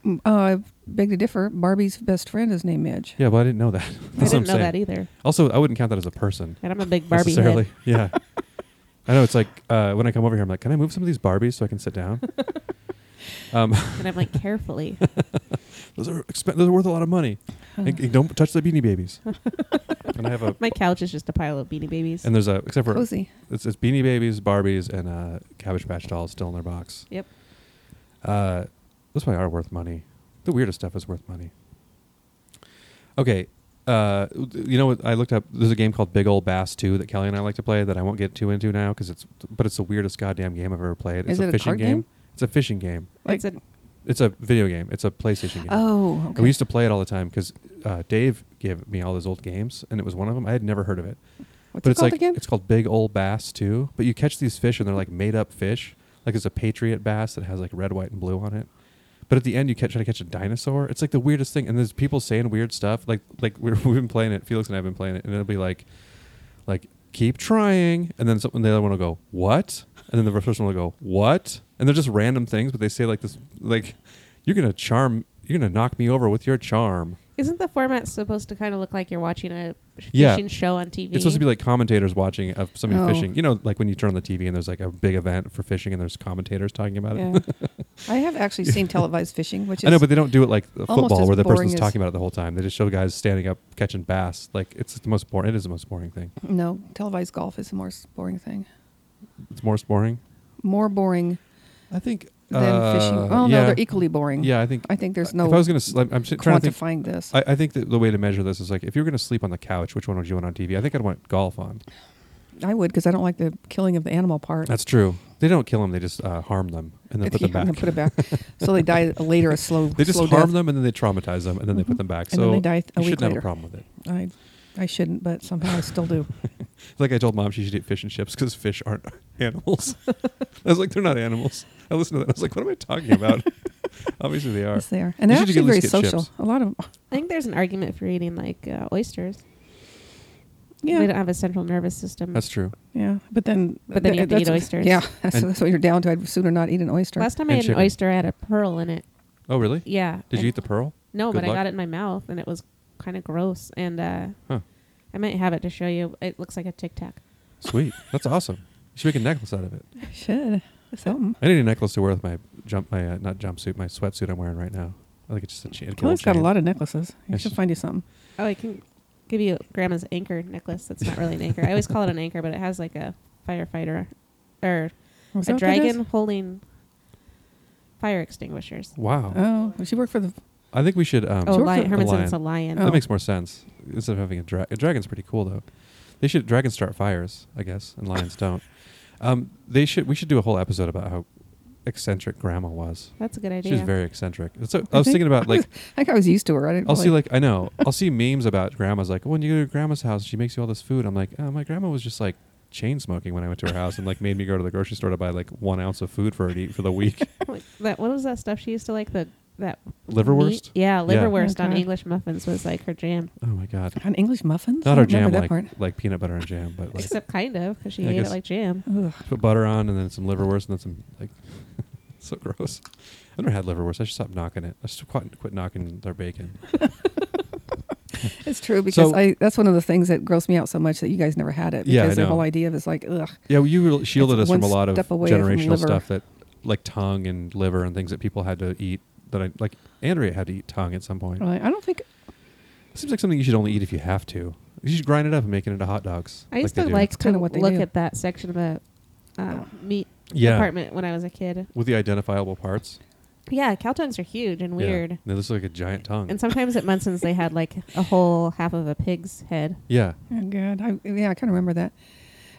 Speaker 3: Mm, Uh, I beg to differ. Barbie's best friend is named Midge.
Speaker 1: Yeah, but I didn't know that.
Speaker 2: I
Speaker 1: That's what I'm
Speaker 2: didn't know
Speaker 1: saying.
Speaker 2: that either.
Speaker 1: Also, I wouldn't count that as a person.
Speaker 2: And I'm a big Barbie
Speaker 1: necessarily.
Speaker 2: head.
Speaker 1: Yeah. I know it's like uh, when I come over here, I'm like, can I move some of these Barbies so I can sit down? um,
Speaker 2: And I'm like, carefully.
Speaker 1: those are exp- those are worth a lot of money.
Speaker 3: Uh-huh.
Speaker 1: And, and don't touch the Beanie Babies. and I have a
Speaker 2: My couch is just a pile of beanie babies.
Speaker 1: and there's a except for
Speaker 3: Cozy.
Speaker 1: it's, it's Beanie Babies, Barbies, and uh, Cabbage Patch dolls still in their box.
Speaker 2: Yep.
Speaker 1: Uh, those probably are worth money. The weirdest stuff is worth money. Okay. Uh, you know what? I looked up. There's a game called Big Old Bass 2 that Kelly and I like to play that I won't get too into now because it's, but it's the weirdest goddamn game I've ever played. It's
Speaker 3: Is
Speaker 1: a
Speaker 3: it a
Speaker 1: fishing
Speaker 3: card game?
Speaker 1: It's a fishing game.
Speaker 3: Like-
Speaker 2: it's a,
Speaker 1: It's a video game. It's a PlayStation game.
Speaker 3: Oh,
Speaker 1: And we used to play it all the time because uh, Dave gave me all his old games, and it was one of them. I had never heard of it,
Speaker 3: What's
Speaker 1: but
Speaker 3: it
Speaker 1: it's
Speaker 3: called
Speaker 1: like
Speaker 3: again?
Speaker 1: it's called Big Old Bass too. But you catch these fish, and they're like made up fish. Like it's a Patriot bass that has like red, white, and blue on it. But at the end, you catch, try to catch a dinosaur. It's like the weirdest thing. And there's people saying weird stuff. Like like we're, we've been playing it. Felix and I have been playing it, and it'll be like, like keep trying, and then something. The other one will go what, and then the first one will go what, and they're just random things. But they say like this, like you're gonna charm, you're gonna knock me over with your charm.
Speaker 2: Isn't the format supposed to kind of look like you're watching a fishing
Speaker 1: Yeah.
Speaker 2: show on TV?
Speaker 1: It's supposed to be like commentators watching of somebody
Speaker 3: Oh.
Speaker 1: fishing. You know, like when you turn on the TV and there's like a big event for fishing, and there's commentators talking about it.
Speaker 3: Yeah. I have actually seen televised fishing, which is
Speaker 1: I know, but they don't do it like the
Speaker 3: almost
Speaker 1: football
Speaker 3: as
Speaker 1: where the
Speaker 3: boring
Speaker 1: person's
Speaker 3: as-
Speaker 1: talking about it the whole time. They just show guys standing up catching bass. Like it's the most boring. It is the most boring thing.
Speaker 3: no televised golf is the more boring thing.
Speaker 1: It's more boring.
Speaker 3: More boring
Speaker 1: I think
Speaker 3: than fishing.
Speaker 1: uh,
Speaker 3: Oh no,
Speaker 1: yeah.
Speaker 3: they're equally boring.
Speaker 1: Yeah, I think.
Speaker 3: I think there's
Speaker 1: If I
Speaker 3: no
Speaker 1: was gonna, s- like, I'm s- trying to think.
Speaker 3: quantifying this.
Speaker 1: I, I think that the way to measure this is like if you're gonna sleep on the couch, which one would you want on TV? I think I'd want golf on.
Speaker 3: I would because I don't like the killing of the animal part.
Speaker 1: That's true. They don't kill them; they just uh, harm them and then put them
Speaker 3: Yeah, and
Speaker 1: back.
Speaker 3: then put it back. so they die a later, a slow.
Speaker 1: They just
Speaker 3: slow
Speaker 1: harm
Speaker 3: death.
Speaker 1: them and then they traumatize them and then they put
Speaker 3: Mhm.
Speaker 1: them back.
Speaker 3: and
Speaker 1: so
Speaker 3: then they die a
Speaker 1: you
Speaker 3: week
Speaker 1: shouldn't have
Speaker 3: later.
Speaker 1: a problem with it.
Speaker 3: I, I shouldn't, but somehow I still do.
Speaker 1: Like I told mom, she should eat fish and chips because fish aren't animals. I was like, they're not animals. I listened to that. I was like, what am I talking about? Obviously, they are.
Speaker 3: Yes, they are, and
Speaker 1: You
Speaker 3: they're
Speaker 1: should at
Speaker 3: actually very
Speaker 1: least get
Speaker 3: social.
Speaker 1: chips.
Speaker 3: A lot of
Speaker 2: I think there's an argument for eating like uh, oysters. We
Speaker 3: yeah,
Speaker 2: don't have a central nervous system.
Speaker 1: That's true.
Speaker 3: yeah. But then,
Speaker 2: uh, But then you have to
Speaker 3: that's-
Speaker 2: eat oysters.
Speaker 3: Yeah, that's,
Speaker 1: And-
Speaker 3: that's what you're down to. I'd sooner not eat an oyster.
Speaker 2: Last time I
Speaker 1: And
Speaker 2: had
Speaker 1: chicken.
Speaker 2: an oyster, I had a pearl in it.
Speaker 1: Oh, really?
Speaker 2: Yeah.
Speaker 1: Did
Speaker 2: and-
Speaker 1: you eat the pearl?
Speaker 2: No,
Speaker 1: Good
Speaker 2: but
Speaker 1: luck.
Speaker 2: I got it in my mouth, and it was kind of gross. And uh,
Speaker 1: Huh.
Speaker 2: I might have it to show you. It looks like a Tic Tac.
Speaker 1: Sweet. That's awesome. You should make a necklace out of it.
Speaker 3: Should something.
Speaker 1: I need a necklace to wear with my jump, my uh, not jumpsuit, my sweatsuit I'm wearing right now. I think it's just a chain.
Speaker 3: Kelly's got a lot of necklaces. You
Speaker 1: Yes.
Speaker 3: should find you something.
Speaker 2: Oh, I can give you Grandma's anchor necklace. That's not really an anchor. I always call it an anchor, but it has like a firefighter
Speaker 3: Was that
Speaker 2: or a
Speaker 3: what that is?
Speaker 2: dragon holding fire extinguishers.
Speaker 1: Wow.
Speaker 3: Oh, does she work for the?
Speaker 1: I think we should. Um,
Speaker 2: Oh,
Speaker 3: Sure.
Speaker 2: lion.
Speaker 3: A
Speaker 2: Herman said
Speaker 1: lion.
Speaker 2: it's a lion.
Speaker 3: Oh.
Speaker 1: That makes more sense instead of having a dragon. A dragon's pretty cool though. They should dragons start fires, I guess, and lions don't. Um, they should. We should do a whole episode about how eccentric Grandma was.
Speaker 2: Oh, That's a good
Speaker 1: She
Speaker 2: idea.
Speaker 1: was very eccentric. It's a- I was thinking about like
Speaker 3: I think I was used to her. I didn't.
Speaker 1: I'll
Speaker 3: really,
Speaker 1: see like I know I'll see memes about grandmas like when you go to grandma's house she makes you all this food. I'm like oh, my grandma was just like chain smoking when I went to her house and like made me go to the grocery store to buy like one ounce of food for her to eat for the week.
Speaker 2: Like that what was that stuff she used to like the that
Speaker 1: Liverwurst?
Speaker 2: meat? Yeah, liverwurst
Speaker 3: Oh,
Speaker 2: on
Speaker 3: God.
Speaker 2: English muffins was like her jam.
Speaker 1: Oh my god,
Speaker 3: on English muffins. I
Speaker 1: not our
Speaker 3: don't remember
Speaker 1: jam
Speaker 3: that
Speaker 1: like
Speaker 3: part.
Speaker 1: like peanut butter and jam, but like
Speaker 2: Except kind of because she
Speaker 1: Yeah, I
Speaker 2: ate it
Speaker 1: guess-
Speaker 2: like jam.
Speaker 3: Ugh.
Speaker 1: put butter on and then some liverwurst and then some like so gross. I never had liverwurst. I should stop knocking it. I should quit, quit knocking their bacon.
Speaker 3: It's true because
Speaker 1: So-
Speaker 3: I that's one of the things that grossed me out so much that you guys never had it because
Speaker 1: Yeah, I
Speaker 3: the
Speaker 1: know.
Speaker 3: whole idea of it's like ugh.
Speaker 1: Yeah, well, you really shielded
Speaker 3: It's
Speaker 1: us from a
Speaker 3: one
Speaker 1: lot of
Speaker 3: step away from
Speaker 1: generational
Speaker 3: liver.
Speaker 1: stuff that, like tongue and liver and things that people had to eat. That I like. Andrea had to eat tongue at some point.
Speaker 3: Really, I don't think
Speaker 1: Seems like something you should only eat if you have to. You should grind it up and make it into hot dogs.
Speaker 2: I used
Speaker 1: they
Speaker 2: to
Speaker 1: do.
Speaker 2: like
Speaker 3: It's
Speaker 2: to
Speaker 3: kinda what they
Speaker 2: look
Speaker 3: do.
Speaker 2: at that section of a uh, meat
Speaker 1: yeah
Speaker 2: department when I was a kid.
Speaker 1: with the identifiable parts.
Speaker 2: Yeah, cow tongues are huge and
Speaker 1: Yeah.
Speaker 2: weird.
Speaker 1: They look like a giant tongue.
Speaker 2: And sometimes at Munson's they had like a whole half of a pig's head.
Speaker 1: yeah,
Speaker 3: Oh God, I, yeah, I kind of remember that.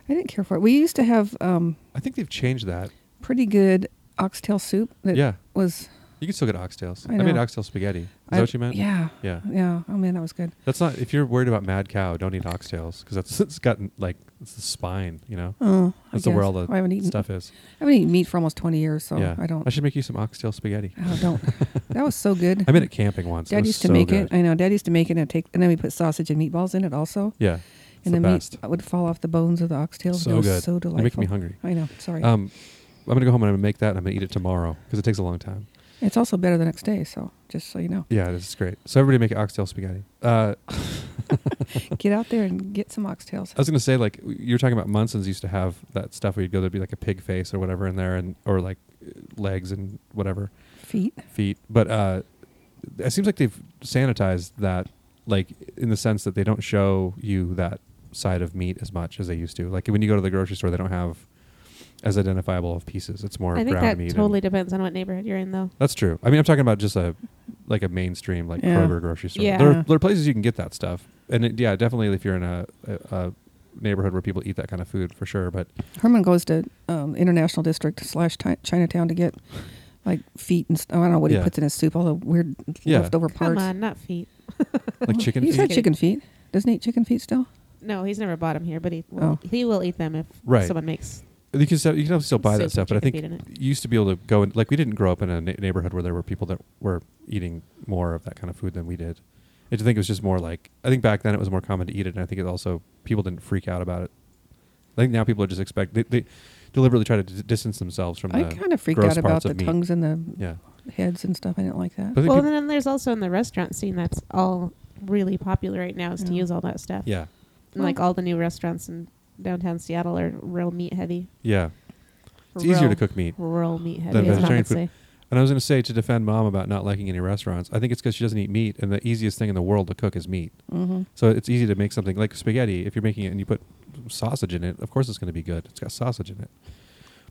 Speaker 3: I didn't care for it. We used to have um,
Speaker 1: I think they've changed that.
Speaker 3: pretty good oxtail soup. That
Speaker 1: yeah,
Speaker 3: was.
Speaker 1: you can still get oxtails.
Speaker 3: I
Speaker 1: I, made
Speaker 3: know.
Speaker 1: oxtail spaghetti. Is
Speaker 3: I-
Speaker 1: that what you meant?
Speaker 3: Yeah,
Speaker 1: Yeah.
Speaker 3: yeah. Oh man, that was good.
Speaker 1: That's not. If you're worried about mad cow, don't eat oxtails because that's it's gotten like it's the spine. You know,
Speaker 3: Oh, I
Speaker 1: that's the where
Speaker 3: guess.
Speaker 1: all the
Speaker 3: I haven't eaten.
Speaker 1: stuff is.
Speaker 3: I haven't eaten meat for almost twenty years, so
Speaker 1: yeah,
Speaker 3: I don't.
Speaker 1: I should make you some oxtail spaghetti.
Speaker 3: I don't. that was so good.
Speaker 1: I made it camping once. It
Speaker 3: Dad
Speaker 1: was
Speaker 3: used to
Speaker 1: so
Speaker 3: make it.
Speaker 1: good.
Speaker 3: I know. Dad used to make it and take, and then we put sausage and meatballs in it also,
Speaker 1: Yeah,
Speaker 3: and
Speaker 1: the
Speaker 3: the, meat
Speaker 1: best.
Speaker 3: would fall off the bones of the oxtails.
Speaker 1: So
Speaker 3: and it was
Speaker 1: good.
Speaker 3: so
Speaker 1: it
Speaker 3: delightful.
Speaker 1: makes me hungry.
Speaker 3: I know. Sorry.
Speaker 1: Um, I'm gonna go home and I'm gonna make that and I'm gonna eat it tomorrow because it takes a long time.
Speaker 3: it's also better the next day. So just so you know,
Speaker 1: Yeah, this is great. So everybody make oxtail spaghetti. Uh,
Speaker 3: get out there and get some oxtails.
Speaker 1: I was gonna say like you were talking about Munson's used to have that stuff where you'd go there'd be like a pig face or whatever in there and or like uh, legs and whatever
Speaker 3: Feet.
Speaker 1: feet. But uh, it seems like they've sanitized that like in the sense that they don't show you that side of meat as much as they used to. Like when you go to the grocery store, they don't have as identifiable of pieces. It's more
Speaker 2: I think
Speaker 1: ground
Speaker 2: that
Speaker 1: meat. and-
Speaker 2: totally depends on what neighborhood you're in, though.
Speaker 1: That's true. I mean, I'm talking about just a like a mainstream like
Speaker 3: Yeah.
Speaker 1: Kroger grocery store.
Speaker 2: Yeah.
Speaker 1: There, are, there are places you can get that stuff, and it, yeah, definitely if you're in a, a, a neighborhood where people eat that kind of food for sure. But
Speaker 3: Herman goes to um, International District slash Chi- Chinatown to get like feet and st- oh, I don't know what
Speaker 1: Yeah.
Speaker 3: he puts in his soup, all the weird
Speaker 1: Yeah.
Speaker 3: leftover
Speaker 2: Come
Speaker 3: parts.
Speaker 2: on, not feet.
Speaker 1: like chicken,
Speaker 3: He's
Speaker 1: feet,
Speaker 3: had
Speaker 2: feet.
Speaker 3: chicken feet. Doesn't he eat chicken feet still?
Speaker 2: No, he's never bought them here, but he will,
Speaker 3: Oh.
Speaker 2: he will eat them if
Speaker 1: Right.
Speaker 2: someone makes.
Speaker 1: You can still, you can still buy that
Speaker 2: Soup
Speaker 1: stuff,
Speaker 2: with
Speaker 1: but I think
Speaker 2: chicken feet in
Speaker 1: you used to be able to go and like we didn't grow up in a na- neighborhood where there were people that were eating more of that kind of food than we did. I just think it was just more like I think back then it was more common to eat it, and I think it also people didn't freak out about it. I think now people are just expect they, they deliberately try to d- distance themselves from
Speaker 3: I
Speaker 1: the
Speaker 3: kind of freaked
Speaker 1: gross
Speaker 3: out about
Speaker 1: parts
Speaker 3: the
Speaker 1: of meat.
Speaker 3: tongues and the
Speaker 1: yeah.
Speaker 3: heads and stuff. I didn't like that.
Speaker 1: But I think
Speaker 2: Well,
Speaker 1: peop-
Speaker 2: and then there's also in the restaurant scene that's all really popular right now is to
Speaker 3: Yeah.
Speaker 2: use all that stuff.
Speaker 1: yeah,
Speaker 2: And like all the new restaurants in downtown Seattle are real meat heavy.
Speaker 1: yeah. It's
Speaker 2: real,
Speaker 1: easier to cook meat.
Speaker 2: Real meat heavy.
Speaker 1: than
Speaker 2: is what I
Speaker 1: vegetarian
Speaker 2: would
Speaker 1: food.
Speaker 2: say.
Speaker 1: And I was going to say to defend mom about not liking any restaurants. I think it's because she doesn't eat meat, and the easiest thing in the world to cook is meat.
Speaker 3: mm-hmm.
Speaker 1: So it's easy to make something like spaghetti. If you're making it and you put sausage in it, of course it's going to be good. It's got sausage in it.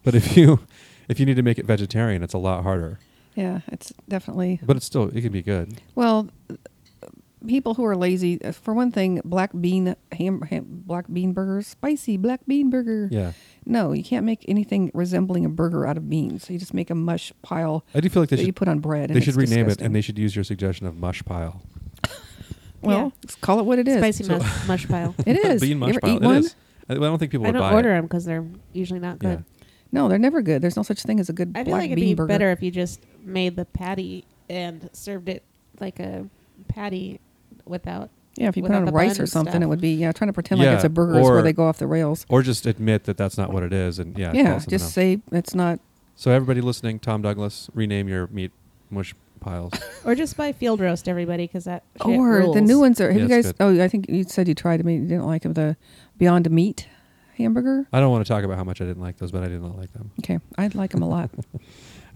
Speaker 1: But if you if you need to make it vegetarian, it's a lot harder.
Speaker 3: Yeah, it's definitely.
Speaker 1: But it's still it can be good.
Speaker 3: Well, th- people who are lazy, uh, for one thing, black bean ham, ham black bean burgers, spicy black bean burger.
Speaker 1: Yeah,
Speaker 3: No, you can't make anything resembling a burger out of beans. You just make a mush pile
Speaker 1: I do feel like they
Speaker 3: that you
Speaker 1: should
Speaker 3: put on bread. And
Speaker 1: they should
Speaker 3: it's
Speaker 1: rename it
Speaker 3: disgusting.
Speaker 1: and they should use your suggestion of mush pile.
Speaker 3: well
Speaker 2: Yeah.
Speaker 3: just call it what it is.
Speaker 2: Spicy mush, mush pile.
Speaker 3: It is.
Speaker 1: bean
Speaker 3: You
Speaker 1: mush
Speaker 3: ever
Speaker 1: pile.
Speaker 3: eat one?
Speaker 1: It is. I, I don't think people
Speaker 2: I
Speaker 1: would
Speaker 2: don't
Speaker 1: buy
Speaker 2: order
Speaker 1: it.
Speaker 2: them because they're usually not
Speaker 1: Yeah.
Speaker 2: good.
Speaker 3: No, they're never good. There's no such thing as a good
Speaker 2: I
Speaker 3: black
Speaker 2: feel like it'd
Speaker 3: bean
Speaker 2: be
Speaker 3: burger.
Speaker 2: better if you just made the patty and served it like a patty without.
Speaker 3: Yeah, if you put
Speaker 2: without
Speaker 3: on
Speaker 2: the
Speaker 3: rice
Speaker 2: bun
Speaker 3: or
Speaker 2: and
Speaker 3: something,
Speaker 2: stuff.
Speaker 3: it would be yeah. Trying to pretend
Speaker 1: Yeah,
Speaker 3: like it's a burger is where
Speaker 1: or-
Speaker 3: they go off the rails.
Speaker 1: Or just admit that that's not what it is, and yeah, call it
Speaker 3: yeah,
Speaker 1: something
Speaker 3: just
Speaker 1: else.
Speaker 3: say it's not.
Speaker 1: So everybody listening, Tom Douglas, rename your meat mush piles.
Speaker 2: Or just buy field roast, everybody, because that. Shit
Speaker 3: Or
Speaker 2: rules.
Speaker 3: the new ones are. Have
Speaker 1: Yeah,
Speaker 3: you
Speaker 1: it's
Speaker 3: guys? Oh, I think you said you tried them. and You didn't like them. The Beyond Meat hamburger.
Speaker 1: I don't want to talk about how much I didn't like those, but I did not like them.
Speaker 3: Okay, I like them a lot.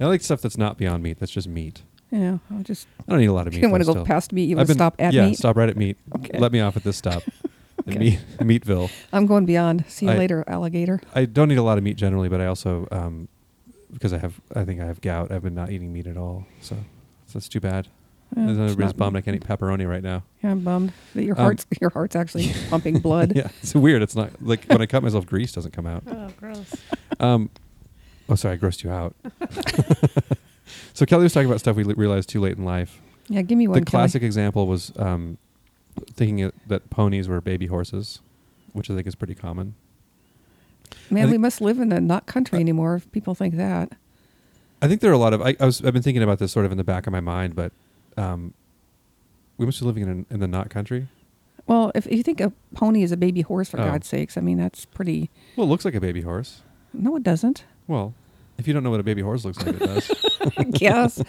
Speaker 1: I like stuff that's not beyond meat. That's just meat.
Speaker 3: yeah, I just
Speaker 1: I don't eat a lot of
Speaker 3: if
Speaker 1: meat.
Speaker 3: you don't want to
Speaker 1: though,
Speaker 3: go
Speaker 1: still.
Speaker 3: past meat. You
Speaker 1: I've
Speaker 3: want to
Speaker 1: been-
Speaker 3: stop at
Speaker 1: yeah,
Speaker 3: meat.
Speaker 1: stop right at meat.
Speaker 3: Okay.
Speaker 1: Let me off at this stop.
Speaker 3: Okay.
Speaker 1: In meat, Meatville.
Speaker 3: I'm going beyond. See you
Speaker 1: I-
Speaker 3: later, alligator.
Speaker 1: I don't eat a lot of meat generally, but I also um, because I have I think I have gout. I've been not eating meat at all, so, so that's too bad.
Speaker 3: Yeah,
Speaker 1: There's
Speaker 3: Oh, it's
Speaker 1: everybody's
Speaker 3: not-
Speaker 1: bummed I can't eat pepperoni right now.
Speaker 3: Yeah, I'm bummed that your
Speaker 1: Um,
Speaker 3: heart's your heart's actually pumping blood.
Speaker 1: yeah, it's weird. It's not like when I cut myself, grease doesn't come out.
Speaker 2: Oh, gross.
Speaker 1: Um, oh, sorry, I grossed you out. so Kelly was talking about stuff we li- realized too late in life.
Speaker 3: Yeah, give me one.
Speaker 1: the
Speaker 3: Kelly.
Speaker 1: classic example was um, thinking it, that ponies were baby horses, which I think is pretty common. I
Speaker 3: Man,
Speaker 1: thi-
Speaker 3: we must live in a not country
Speaker 1: Uh,
Speaker 3: anymore if people think that.
Speaker 1: I think there are a lot of. I, I was, I've been thinking about this sort of in the back of my mind, but um, we must be living in, in the not country.
Speaker 3: Well, if you think a pony is a baby horse, for
Speaker 1: Oh.
Speaker 3: God's sakes, I mean that's pretty.
Speaker 1: Well, it looks like a baby horse.
Speaker 3: No, it doesn't.
Speaker 1: Well, if you don't know what a baby horse looks like, it does.
Speaker 3: I guess.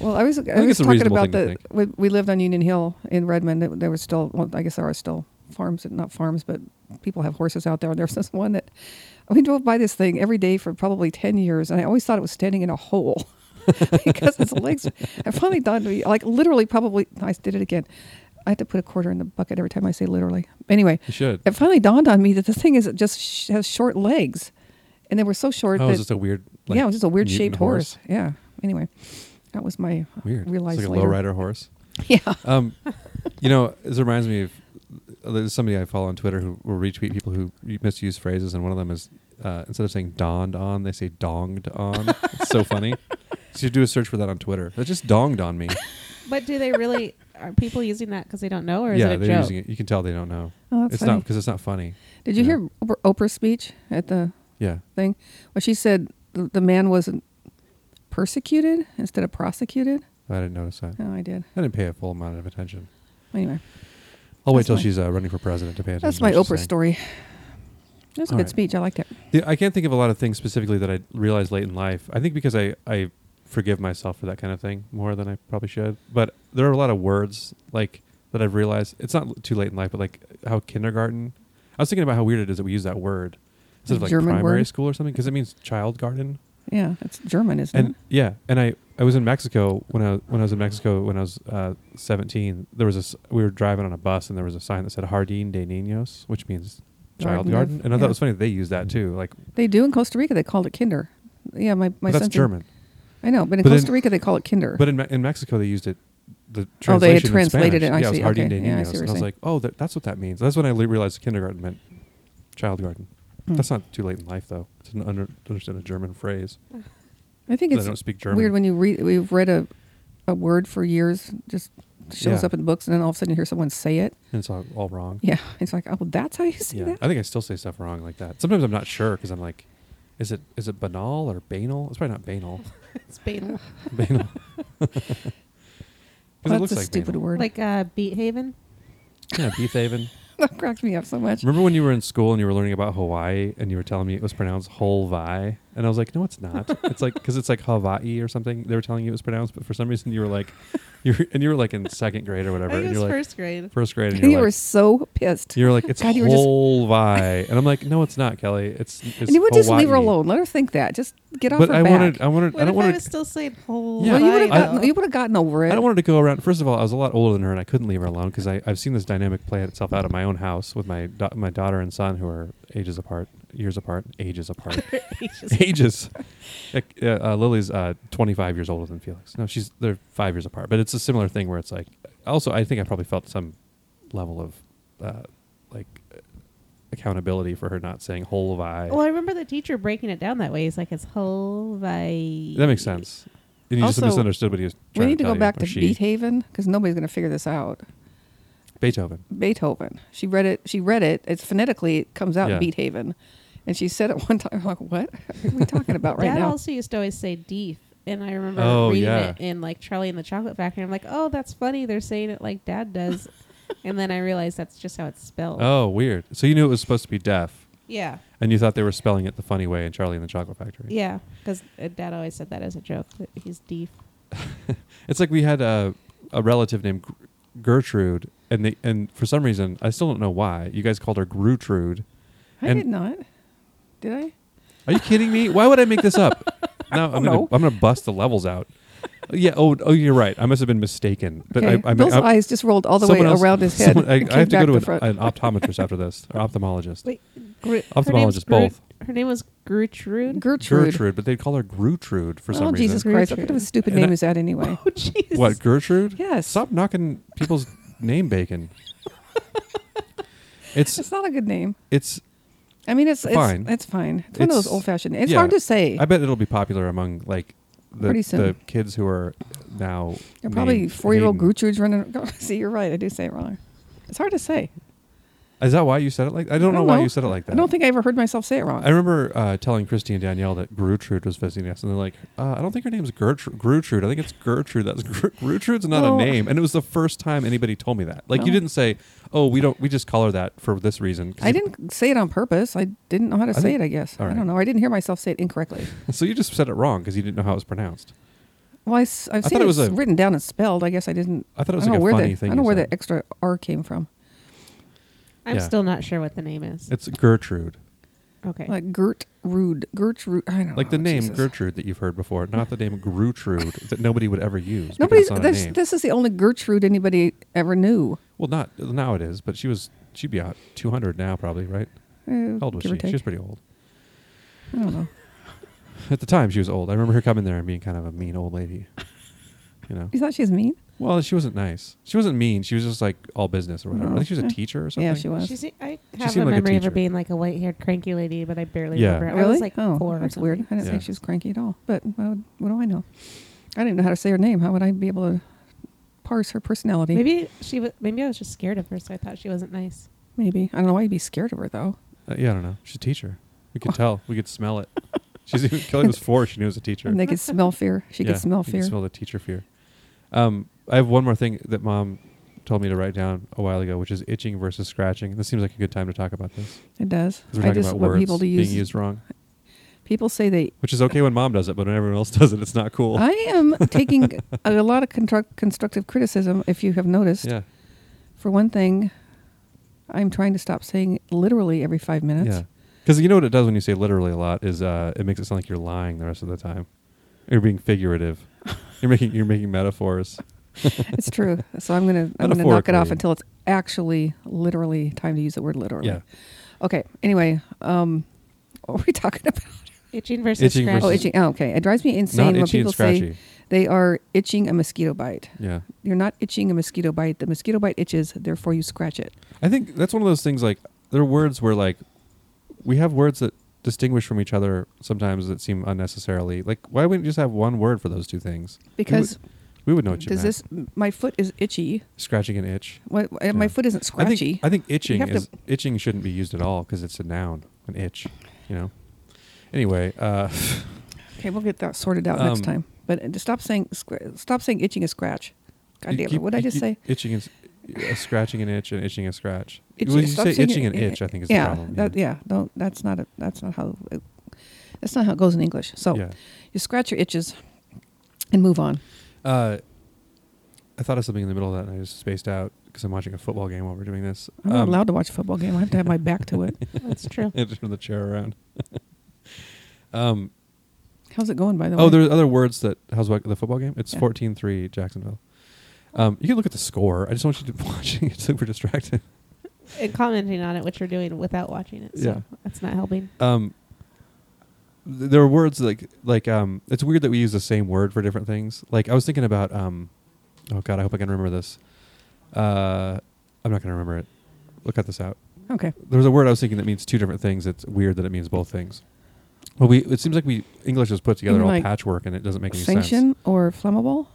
Speaker 3: Well, I was I,
Speaker 1: think
Speaker 3: was
Speaker 1: it's a
Speaker 3: talking
Speaker 1: reasonable
Speaker 3: about
Speaker 1: thing to
Speaker 3: the we, we lived on Union Hill in Redmond. There- There was still, well, I guess there are still farms, not farms, but people have horses out there. And there was this one that we drove by this thing every day for probably ten years, and I always thought it was standing in a hole because its legs. I finally dawned on me, like literally, probably. I did it again. I have to put a quarter in the bucket every time I say literally. Anyway,
Speaker 1: You should.
Speaker 3: it finally dawned on me that this thing is it just sh- has short legs, and they were so short
Speaker 1: Oh,
Speaker 3: that
Speaker 1: it's just a weird. Like,
Speaker 3: yeah, it was just a weird
Speaker 1: mutant
Speaker 3: shaped horse. Yeah. Anyway, that was my
Speaker 1: Weird.
Speaker 3: Realized
Speaker 1: it's like a
Speaker 3: later.
Speaker 1: lowrider horse.
Speaker 3: yeah.
Speaker 1: Um, you know, this reminds me of there's somebody I follow on Twitter who will retweet people who misuse phrases, and one of them is uh, instead of saying "dawned on," they say "donged on." it's so funny. So you do a search for that on Twitter. That just donged on me.
Speaker 2: But do they really. Are people using that because they don't know, or is
Speaker 1: yeah,
Speaker 2: it a
Speaker 1: they're
Speaker 2: joke?
Speaker 1: using it. You can tell they don't know.
Speaker 3: Oh, that's
Speaker 1: it's
Speaker 3: funny.
Speaker 1: not because it's not funny.
Speaker 3: Did you
Speaker 1: yeah.
Speaker 3: hear Oprah- Oprah's speech at the
Speaker 1: Yeah.
Speaker 3: thing? Well, she said the, the man wasn't persecuted instead of prosecuted.
Speaker 1: I didn't notice that.
Speaker 3: Oh, I did.
Speaker 1: I didn't pay a full amount of attention.
Speaker 3: Anyway,
Speaker 1: I'll wait
Speaker 3: That's
Speaker 1: till
Speaker 3: my-
Speaker 1: she's uh, running for president to pay attention.
Speaker 3: that's
Speaker 1: to
Speaker 3: my
Speaker 1: what she's
Speaker 3: Oprah
Speaker 1: saying.
Speaker 3: story. That was a
Speaker 1: All
Speaker 3: good
Speaker 1: right.
Speaker 3: speech. I liked it.
Speaker 1: The, I can't think of a lot of things specifically that I realized late in life. I think because I, I forgive myself for that kind of thing more than I probably should. But there are a lot of words like that I've realized it's not too late in life, but like how kindergarten. I was thinking about how weird it is that we use that word instead of like
Speaker 3: German
Speaker 1: primary
Speaker 3: word?
Speaker 1: school or something because it means child garden.
Speaker 3: Yeah, it's German, isn't
Speaker 1: And
Speaker 3: it?
Speaker 1: yeah, and I, I was in Mexico when I when I was in Mexico when I was uh, seventeen. There was a s- we were driving on a bus and there was a sign that said Jardín de Niños, which means child
Speaker 3: Garden of-
Speaker 1: garden. And I thought
Speaker 3: yeah.
Speaker 1: it was funny that they used that too. Like
Speaker 3: They do in Costa Rica. They called it Kinder. Yeah, my my
Speaker 1: but that's
Speaker 3: son's in-
Speaker 1: German.
Speaker 3: I know, but in
Speaker 1: But then-
Speaker 3: Costa Rica they call it Kinder.
Speaker 1: But in, Me- in Mexico, they used it. The
Speaker 3: Oh, they had
Speaker 1: translation in
Speaker 3: translated it,
Speaker 1: Spanish.
Speaker 3: I
Speaker 1: yeah,
Speaker 3: see,
Speaker 1: it was Jardín
Speaker 3: okay,
Speaker 1: de
Speaker 3: yeah, I
Speaker 1: Niños.
Speaker 3: see what you're
Speaker 1: and I was
Speaker 3: saying.
Speaker 1: like, oh, that, that's what that means. That's when I le- realized kindergarten meant child garden.
Speaker 3: Hmm.
Speaker 1: That's not too late in life, though, to n- under, to understand a German phrase.
Speaker 3: I think
Speaker 1: I
Speaker 3: it's
Speaker 1: don't speak German.
Speaker 3: Weird when you read, we've read a, a word for years, just shows
Speaker 1: Yeah.
Speaker 3: up in the books, and then all of a sudden you hear someone say it.
Speaker 1: and it's all, all wrong.
Speaker 3: Yeah, it's like, oh, that's how you say
Speaker 1: Yeah.
Speaker 3: that.
Speaker 1: I think I still say stuff wrong like that. Sometimes I'm not sure because I'm like, is it is it banal or banal? It's probably not banal.
Speaker 2: It's banal.
Speaker 1: banal. Because
Speaker 3: Well,
Speaker 1: it looks
Speaker 3: that's a
Speaker 1: like
Speaker 3: stupid
Speaker 1: banal.
Speaker 3: word.
Speaker 2: Like uh, Beat Haven.
Speaker 1: Yeah, Beef Haven.
Speaker 3: that cracked me up so much.
Speaker 1: Remember when you were in school and you were learning about Hawaii and you were telling me it was pronounced Holvai? And I was like, no, it's not. It's like, because it's like Hawaii or something. They were telling you it was pronounced, but for some reason you were like, you were, and you were like in second grade or
Speaker 2: I
Speaker 1: whatever.
Speaker 2: think it
Speaker 1: and
Speaker 2: was
Speaker 1: you're like,
Speaker 2: first grade.
Speaker 1: first grade. And
Speaker 3: And you
Speaker 1: you're
Speaker 3: were
Speaker 1: like,
Speaker 3: so pissed.
Speaker 1: you're like, it's
Speaker 3: God, you were just-
Speaker 1: Holvai. And I'm like, no, it's not, Kelly. It's, it's
Speaker 3: and you would just leave her
Speaker 1: Hawaii."
Speaker 3: alone. Let her think that. Just get off
Speaker 1: But
Speaker 3: her
Speaker 1: I
Speaker 3: back.
Speaker 1: wanted, I wanted,
Speaker 2: What
Speaker 1: I don't
Speaker 2: if I
Speaker 1: want
Speaker 2: was
Speaker 1: to.
Speaker 2: still saying whole?
Speaker 1: Yeah.
Speaker 3: well, you would have
Speaker 1: I-
Speaker 3: gotten, you would have gotten over it.
Speaker 1: I don't want her to go around. First of all, I was a lot older than her, and I couldn't leave her alone because I've seen this dynamic play itself out at my own house with my da- my daughter and son, who are ages apart, years apart, ages apart, ages. Like, uh, uh, Lily's uh, 25 years older than Felix. No, she's they're five years apart, but it's a similar thing where it's like. Also, I think I probably felt some level of uh, like uh, accountability for her not saying whole vi.
Speaker 2: Well, I remember the teacher breaking it down that way. He's like, it's whole by.
Speaker 1: that makes sense. And you
Speaker 3: Also,
Speaker 1: just misunderstood what he was
Speaker 3: we
Speaker 1: trying
Speaker 3: need to
Speaker 1: tell
Speaker 3: go
Speaker 1: you,
Speaker 3: back
Speaker 1: or
Speaker 3: to
Speaker 1: she.
Speaker 3: Beethoven because nobody's going to figure this out.
Speaker 1: Beethoven.
Speaker 3: Beethoven. She read it. She read it. It's phonetically it comes out
Speaker 1: Yeah.
Speaker 3: Beethoven, and she said it one time. I'm like, what are we talking about right
Speaker 2: Dad
Speaker 3: now?
Speaker 2: also used to always say deeth. And I remember
Speaker 1: Oh,
Speaker 2: reading
Speaker 1: yeah.
Speaker 2: it in like Charlie and the Chocolate Factory. I'm like, oh, that's funny. They're saying it like Dad does. and then I realized that's just how it's spelled.
Speaker 1: Oh, weird. So you knew it was supposed to be deaf,
Speaker 2: Yeah.
Speaker 1: and you thought they were spelling it the funny way in Charlie and the Chocolate Factory.
Speaker 2: Yeah. Because Dad always said that as a joke. That he's deef.
Speaker 1: It's like we had a, a relative named Gr- Gertrude, and they, and for some reason I still don't know why you guys called her Grutrude.
Speaker 3: I
Speaker 1: and-
Speaker 3: did not. Did I?
Speaker 1: Are you kidding me? Why would I make this up? No, I'm gonna
Speaker 3: know.
Speaker 1: I'm gonna bust the levels out. Yeah. Oh, oh, you're right. I must have been mistaken. But
Speaker 3: Okay.
Speaker 1: I, I,
Speaker 3: Those
Speaker 1: I,
Speaker 3: eyes just rolled all the way
Speaker 1: someone else-
Speaker 3: around his head.
Speaker 1: someone-
Speaker 3: and
Speaker 1: I, I have
Speaker 3: came
Speaker 1: to
Speaker 3: back
Speaker 1: go to
Speaker 3: front.
Speaker 1: an, an optometrist after this, or ophthalmologist.
Speaker 2: Wait, Gru-
Speaker 1: Ophthalmologist,
Speaker 2: her name's
Speaker 1: both.
Speaker 2: Gru- Her name was Gertrude.
Speaker 3: Gertrude.
Speaker 1: Gertrude, but they call her Grutrude for some
Speaker 3: oh
Speaker 1: reason.
Speaker 3: Jesus Christ! What
Speaker 2: Gertrude.
Speaker 3: kind of a stupid
Speaker 1: And
Speaker 3: name
Speaker 1: I-
Speaker 3: is that anyway?
Speaker 2: oh Jesus!
Speaker 1: What Gertrude?
Speaker 3: Yes.
Speaker 1: Stop knocking people's name bacon. It's
Speaker 3: It's not a good name.
Speaker 1: it's.
Speaker 3: I mean, it's it's
Speaker 1: Fine.
Speaker 3: It's, fine. It's, one of those
Speaker 1: It's-
Speaker 3: old fashioned. It's
Speaker 1: yeah.
Speaker 3: hard to say.
Speaker 1: I bet it'll be popular among like the,
Speaker 3: Pretty soon.
Speaker 1: the kids who are now
Speaker 3: They're probably
Speaker 1: named
Speaker 3: four year old
Speaker 1: Hayden.
Speaker 3: Gertrude's running. See, you're right. I do say it wrong. It's hard to say.
Speaker 1: Is that why you said it like? I don't, know,
Speaker 3: don't
Speaker 1: why
Speaker 3: know.
Speaker 1: you said it like that.
Speaker 3: I don't think I ever heard myself say it wrong.
Speaker 1: I remember uh, telling Christy and Danielle that Gertrude was visiting us, and they're like, uh, "I don't think her name's Gertrude. Gertrude. I think it's Gertrude. That's Gr- Gertrude's not
Speaker 3: Well-
Speaker 1: a name." And it was the first time anybody told me that. Like, you
Speaker 3: Well-
Speaker 1: didn't say, "Oh, we don't. We just call her that for this reason." 'Cause
Speaker 3: I
Speaker 1: you-
Speaker 3: didn't say it on purpose. I didn't know how to say
Speaker 1: think-
Speaker 3: it. I guess
Speaker 1: all
Speaker 3: I
Speaker 1: right.
Speaker 3: don't know. I didn't hear myself say it incorrectly.
Speaker 1: So you just said it wrong because you didn't know how it was pronounced.
Speaker 3: Well, I, have seen
Speaker 1: thought it was
Speaker 3: it's
Speaker 1: a-
Speaker 3: written down and spelled. I guess I didn't.
Speaker 1: I thought it was like
Speaker 3: I don't
Speaker 1: a
Speaker 3: know where
Speaker 1: funny
Speaker 3: the,
Speaker 1: thing.
Speaker 3: I don't know
Speaker 1: you
Speaker 3: where the
Speaker 1: said.
Speaker 3: extra R came from.
Speaker 2: I'm
Speaker 1: Yeah.
Speaker 2: still not sure what the name is.
Speaker 1: It's Gertrude,
Speaker 2: okay.
Speaker 3: Like Gertrude, Gertrude. I don't
Speaker 1: like
Speaker 3: know,
Speaker 1: the name
Speaker 3: Oh, Jesus.
Speaker 1: Gertrude that you've heard before, not the name Gertrude that nobody would ever use. because
Speaker 3: Nobody's.
Speaker 1: it's not a
Speaker 3: This,
Speaker 1: name.
Speaker 3: this is the only Gertrude anybody ever knew.
Speaker 1: Well, not now it is, but she was. She'd be out 200 now, probably, right?
Speaker 3: Uh,
Speaker 1: How old was
Speaker 3: give or
Speaker 1: she? She
Speaker 3: take.
Speaker 1: was pretty old.
Speaker 3: I don't know.
Speaker 1: At the time, she was old. I remember her coming there and being kind of a mean old lady. You know?
Speaker 3: You thought she was mean?
Speaker 1: Well, she wasn't nice. She wasn't mean. She was just like all business or whatever. I
Speaker 3: No.
Speaker 1: think she was a
Speaker 3: Oh, Yeah.
Speaker 1: teacher or something.
Speaker 3: Yeah, she was.
Speaker 2: She se- I have a
Speaker 1: seemed like a
Speaker 2: memory of her
Speaker 1: teacher.
Speaker 2: being like a white haired, cranky lady, but I barely
Speaker 1: Yeah.
Speaker 2: remember.
Speaker 3: Really?
Speaker 2: I was like
Speaker 3: oh,
Speaker 2: four. or
Speaker 3: that's weird.
Speaker 2: something.
Speaker 3: I didn't
Speaker 1: Yeah.
Speaker 3: think she was cranky at all. But well, what do I know? I didn't know how to say her name. How would I be able to parse her personality?
Speaker 2: Maybe she. W- maybe I was just scared of her, so I thought she wasn't nice.
Speaker 3: Maybe. I don't know why you'd be scared of her though.
Speaker 1: Uh, yeah, I don't know. She's a teacher. We could tell. We could smell it. She's even, Kelly was four. She knew it was a teacher.
Speaker 3: And they could smell fear. She
Speaker 1: Yeah,
Speaker 3: could smell
Speaker 1: you
Speaker 3: fear.
Speaker 1: smell the teacher fear. Um, I have one more thing that mom told me to write down a while ago, which is itching versus scratching. This seems like a good time to talk about this.
Speaker 3: it does.
Speaker 1: 'Cause we're
Speaker 3: I
Speaker 1: talking
Speaker 3: just
Speaker 1: about
Speaker 3: want
Speaker 1: words
Speaker 3: people to use.
Speaker 1: being used wrong,
Speaker 3: People say they.
Speaker 1: which is okay when mom does it, but when everyone else does it, it's not cool.
Speaker 3: I am taking a lot of construct, constructive criticism. If you have noticed,
Speaker 1: yeah.
Speaker 3: for one thing, I'm trying to stop saying literally every five minutes.
Speaker 1: Yeah. Because you know what it does when you say literally a lot is uh, it makes it sound like you're lying the rest of the time. You're being figurative. you're making you're making metaphors.
Speaker 3: It's true. So I'm gonna I'm gonna knock it off
Speaker 1: Metaphorically.
Speaker 3: until it's actually literally time to use the word literally.
Speaker 1: Yeah.
Speaker 3: Okay. Anyway, um, what were we talking about?
Speaker 2: Itching versus
Speaker 1: Itching
Speaker 2: scratching.
Speaker 3: Oh,
Speaker 1: versus-
Speaker 3: itching. Oh, okay. It drives me insane
Speaker 1: Not
Speaker 3: when
Speaker 1: itchy
Speaker 3: people
Speaker 1: and scratchy.
Speaker 3: say they are itching a mosquito bite.
Speaker 1: yeah.
Speaker 3: You're not itching a mosquito bite. The mosquito bite itches, therefore you scratch it.
Speaker 1: I think that's one of those things like there are words where like we have words that distinguish from each other sometimes that seem unnecessarily like why wouldn't you just have one word for those two things?
Speaker 3: Because
Speaker 1: We would know what you
Speaker 3: Does
Speaker 1: meant.
Speaker 3: this? My foot is itchy.
Speaker 1: Scratching an itch.
Speaker 3: What, My
Speaker 1: Yeah.
Speaker 3: foot
Speaker 1: I
Speaker 3: isn't scratchy.
Speaker 1: think, I think itching
Speaker 3: have to-
Speaker 1: is itching shouldn't be used at all because it's a noun, an itch. You know. Anyway, uh,
Speaker 3: Okay, we'll get that sorted out next
Speaker 1: Um,
Speaker 3: time. But uh, stop saying scr- stop saying itching is scratch. God
Speaker 1: you
Speaker 3: damn it!
Speaker 1: keep-
Speaker 3: What did I
Speaker 1: you
Speaker 3: just
Speaker 1: keep
Speaker 3: say?
Speaker 1: Itching is uh, scratching an itch and itching a scratch.
Speaker 3: Itch-
Speaker 1: well, you
Speaker 3: stop
Speaker 1: say
Speaker 3: saying
Speaker 1: itching
Speaker 3: it-
Speaker 1: and itch. I think is
Speaker 3: yeah,
Speaker 1: the problem.
Speaker 3: That, yeah. No, that's not a, that's not how it, that's not how it goes in English. So
Speaker 1: Yeah.
Speaker 3: you scratch your itches and move on.
Speaker 1: Uh, I thought of something in the middle of that and I just spaced out because I'm watching a football game while we're doing this.
Speaker 3: I'm not
Speaker 1: Um,
Speaker 3: allowed to watch a football game. I have to have my back to it.
Speaker 2: That's true.
Speaker 1: I turned the chair around. um,
Speaker 3: How's it going, by the way?
Speaker 1: oh, there's other words that how's about the football game? It's
Speaker 3: Yeah.
Speaker 1: 14-3 Jacksonville. Um, you can look at the score. I just want you to watching it so we're distracted.
Speaker 2: and commenting on it, which you're doing without watching it. So
Speaker 1: Yeah.
Speaker 2: that's not helping.
Speaker 1: Um, th- there are words like like um, it's weird that we use the same word for different things. Like I was thinking about um, oh god, I hope I can remember this. Uh, I'm not gonna remember it. We'll cut this out.
Speaker 3: okay.
Speaker 1: There was a word I was thinking that means two different things. It's weird that it means both things. Well, we it seems like we English is put together
Speaker 3: mean
Speaker 1: all
Speaker 3: like
Speaker 1: patchwork and it doesn't make any sense.
Speaker 3: Sanction or flammable?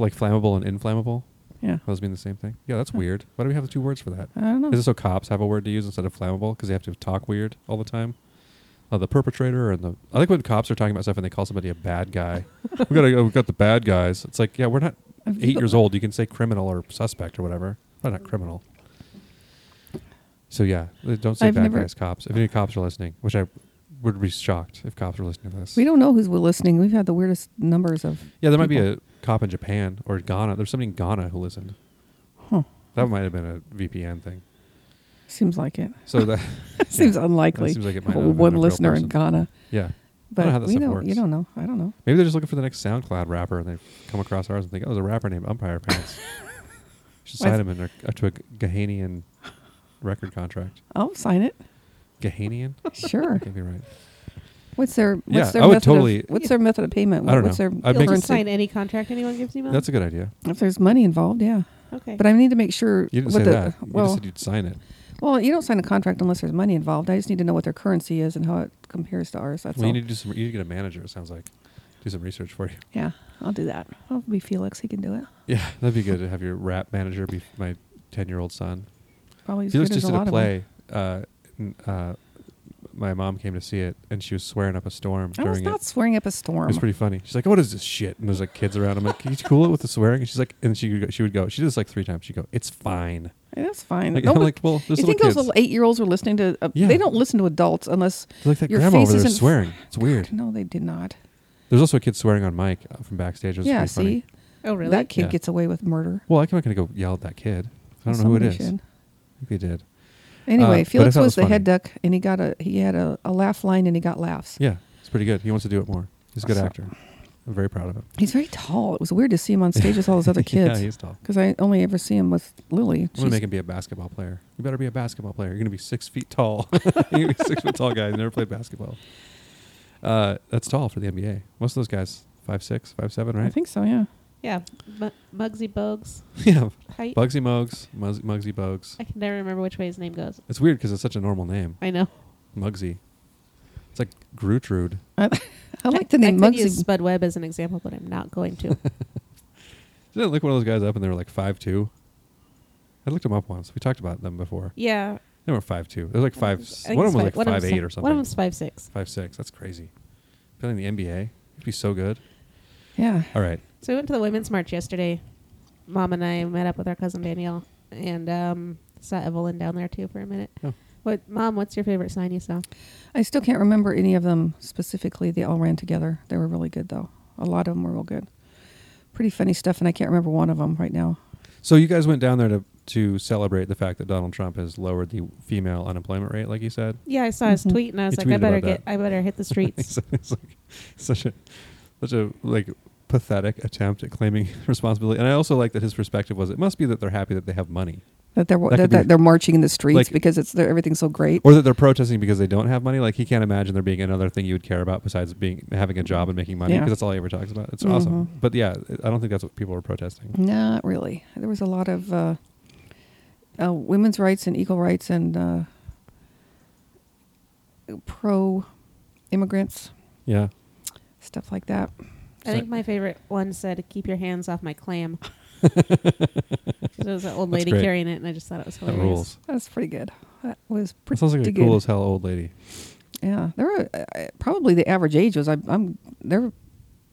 Speaker 1: Like flammable and inflammable,
Speaker 3: Yeah.
Speaker 1: those mean the same thing. Yeah, that's
Speaker 3: Huh.
Speaker 1: weird. Why do we have the two words for that?
Speaker 3: I don't know.
Speaker 1: Is it so cops have a word to use instead of flammable because they have to talk weird all the time? Uh, the perpetrator and the I like when cops are talking about stuff and they call somebody a bad guy. we got to we got the bad guys. It's like yeah, we're not
Speaker 3: I've-
Speaker 1: eight years old. You can say criminal or suspect or whatever. Why not criminal? So yeah, uh, don't say
Speaker 3: I've
Speaker 1: bad
Speaker 3: never-
Speaker 1: guys, cops. If any cops are listening, which I would be shocked if cops were listening to this.
Speaker 3: We don't know who's listening. We've had the weirdest numbers of.
Speaker 1: yeah, there might be
Speaker 3: people.
Speaker 1: a cop in Japan or Ghana. There's somebody in Ghana who listened.
Speaker 3: Huh.
Speaker 1: That might have been a VPN thing.
Speaker 3: Seems like it.
Speaker 1: So that
Speaker 3: Seems
Speaker 1: yeah,
Speaker 3: unlikely.
Speaker 1: That seems like it might not have been a
Speaker 3: One
Speaker 1: real
Speaker 3: listener in
Speaker 1: person.
Speaker 3: Ghana,
Speaker 1: yeah.
Speaker 3: but
Speaker 1: know how that
Speaker 3: we
Speaker 1: stuff
Speaker 3: don't. You
Speaker 1: works.
Speaker 3: don't know. I don't know.
Speaker 1: Maybe they're just looking for the next SoundCloud rapper, and they come across ours and think, "Oh, there's a rapper named Umpire Pants." Should sign
Speaker 3: Why-
Speaker 1: him in their, uh, to a Gahanian record contract.
Speaker 3: I'll sign it.
Speaker 1: Gahanian,
Speaker 3: Sure.
Speaker 1: can't be right.
Speaker 3: What's their what's
Speaker 1: Yeah,
Speaker 3: their
Speaker 1: I would
Speaker 3: method of-
Speaker 1: totally-
Speaker 3: what's their method of payment?
Speaker 1: I don't
Speaker 3: what's
Speaker 1: know.
Speaker 3: their
Speaker 1: I'd make
Speaker 2: You'll just
Speaker 3: currency?
Speaker 2: sign any contract anyone gives you. Mom?
Speaker 1: That's a good idea.
Speaker 3: If there's money involved, yeah.
Speaker 2: okay.
Speaker 3: But I need to make sure
Speaker 1: You didn't say
Speaker 3: what the
Speaker 1: that. you
Speaker 3: well
Speaker 1: just said you'd sign it.
Speaker 3: well you don't sign a contract unless there's money involved. I just need to know what their currency is and how it compares to ours. That's
Speaker 1: Well,
Speaker 3: all.
Speaker 1: you need to do some. You need to get a manager. It sounds like do some research for you.
Speaker 3: yeah, I'll do that. I'll be Felix. He can do it.
Speaker 1: Yeah, that'd be good to have your rap manager be my ten-year-old son.
Speaker 3: Probably as
Speaker 1: Felix
Speaker 3: good as
Speaker 1: just
Speaker 3: a
Speaker 1: did a
Speaker 3: lot
Speaker 1: play. Uh, n- uh, my mom came to see it, and she was swearing up a storm
Speaker 3: of them. I was
Speaker 1: during it.
Speaker 3: not swearing up a storm.
Speaker 1: It was pretty funny. She's like, "What is this shit?" And there's like kids around. I'm like, "Can you cool it with the swearing?" And she's like, and she would go, she would go. She did this like three times. She'd go, "It's fine."
Speaker 3: That's fine.
Speaker 1: Like,
Speaker 3: No
Speaker 1: I'm
Speaker 3: one-
Speaker 1: like, "Well, there's little
Speaker 3: you think
Speaker 1: kids.
Speaker 3: those little eight year olds were listening to? Uh,
Speaker 1: Yeah.
Speaker 3: They don't listen to adults unless.
Speaker 1: They're like that
Speaker 3: your
Speaker 1: grandma
Speaker 3: face
Speaker 1: over there
Speaker 3: isn't-
Speaker 1: swearing. It's weird."
Speaker 3: No, they did not.
Speaker 1: There's also a kid swearing on mic uh, from backstage. It was
Speaker 3: Yeah,
Speaker 1: pretty
Speaker 3: see,
Speaker 1: funny.
Speaker 2: oh, really?
Speaker 3: that kid
Speaker 1: Yeah.
Speaker 3: gets away with murder.
Speaker 1: Well, I'm not gonna go yell at that kid. I don't know who it
Speaker 3: Somebody
Speaker 1: is.
Speaker 3: should.
Speaker 1: I think they did.
Speaker 3: Anyway,
Speaker 1: Uh, but I
Speaker 3: Felix
Speaker 1: thought it
Speaker 3: was,
Speaker 1: was
Speaker 3: the
Speaker 1: funny.
Speaker 3: head duck, and he got a he had a, a laugh line, and he got laughs.
Speaker 1: Yeah, it's pretty good. He wants to do it more. He's a good
Speaker 3: So-
Speaker 1: actor. I'm very proud of him.
Speaker 3: He's very tall. It was weird to see him on stage with all his other
Speaker 1: yeah,
Speaker 3: kids
Speaker 1: he's tall.
Speaker 3: because I only ever see him with Lily.
Speaker 1: I'm gonna make him be a basketball player. You better be a basketball player. You're gonna be six feet tall. You're gonna be a six foot tall guy. who Never played basketball. Uh, that's tall for the NBA. Most of those guys five six, five seven,
Speaker 3: I
Speaker 1: right?
Speaker 3: think so. Yeah.
Speaker 2: yeah. M- Mugsy Bogues.
Speaker 1: yeah.
Speaker 2: Height.
Speaker 1: Bugsy Muggs, Muzz- Muggsy Bugs.
Speaker 2: I can never remember which way his name goes.
Speaker 1: It's weird because it's such a normal name,
Speaker 2: I know.
Speaker 1: Muggsy. It's like Gertrude.
Speaker 3: I, I like the name
Speaker 2: I could use
Speaker 3: Muggsy.
Speaker 2: Spud Webb as an example, but I'm not going to.
Speaker 1: Didn't I look one of those guys up and they were like five two? I looked them up once. We talked about them before.
Speaker 2: yeah.
Speaker 1: They were five two. They were like five.
Speaker 2: I
Speaker 1: s-
Speaker 2: think
Speaker 1: One of
Speaker 2: it's
Speaker 1: them was like
Speaker 2: five- one of
Speaker 1: five
Speaker 2: them's
Speaker 1: eight
Speaker 2: fi-
Speaker 1: or something.
Speaker 2: One of them's five six.
Speaker 1: five six. That's crazy. Playing the NBA, you'd be so good.
Speaker 3: Yeah.
Speaker 1: All right.
Speaker 2: So we went to the women's march yesterday. Mom and I met up with our cousin Danielle and um, saw Evelyn down there too for a minute.
Speaker 1: Oh.
Speaker 2: What, mom? What's your favorite sign you saw?
Speaker 3: I still can't remember any of them specifically. They all ran together. They were really good though. A lot of them were real good. Pretty funny stuff, and I can't remember one of them right now.
Speaker 1: So you guys went down there to to celebrate the fact that Donald Trump has lowered the female unemployment rate, like you said.
Speaker 2: Yeah, I saw his
Speaker 3: Mhm.
Speaker 2: tweet and I was
Speaker 1: He
Speaker 2: like, I
Speaker 1: tweeted
Speaker 2: better
Speaker 1: about
Speaker 2: get, I better hit the
Speaker 1: it's,
Speaker 2: streets.
Speaker 1: it's like such a such a like pathetic attempt at claiming responsibility. And I also like that his perspective was it must be that they're happy that they have money,
Speaker 3: That they're
Speaker 1: That
Speaker 3: that,
Speaker 1: could
Speaker 3: that
Speaker 1: be-
Speaker 3: they're marching in the streets
Speaker 1: like-
Speaker 3: because it's they're, everything's so great.
Speaker 1: or that they're protesting because they don't have money. Like he can't imagine there being another thing you would care about besides being having a job and making money
Speaker 3: Yeah.
Speaker 1: because that's all he ever talks about. It's awesome.
Speaker 3: Mhm.
Speaker 1: But yeah, I don't think that's what people were protesting.
Speaker 3: Not really. There was a lot of uh, uh, women's rights and equal rights and uh, pro immigrants
Speaker 1: Yeah.
Speaker 3: stuff like that.
Speaker 2: I think my favorite one said, "Keep your hands off my clam." 'Cause it was an old
Speaker 1: That's
Speaker 2: lady
Speaker 1: great.
Speaker 2: carrying it, and I just thought it was
Speaker 1: that
Speaker 2: hilarious.
Speaker 1: rules.
Speaker 3: That's pretty good. That was
Speaker 1: That
Speaker 3: pretty
Speaker 1: sounds like a
Speaker 3: good.
Speaker 1: cool as hell old lady.
Speaker 3: Yeah, there were uh, uh, probably the average age was I, I'm there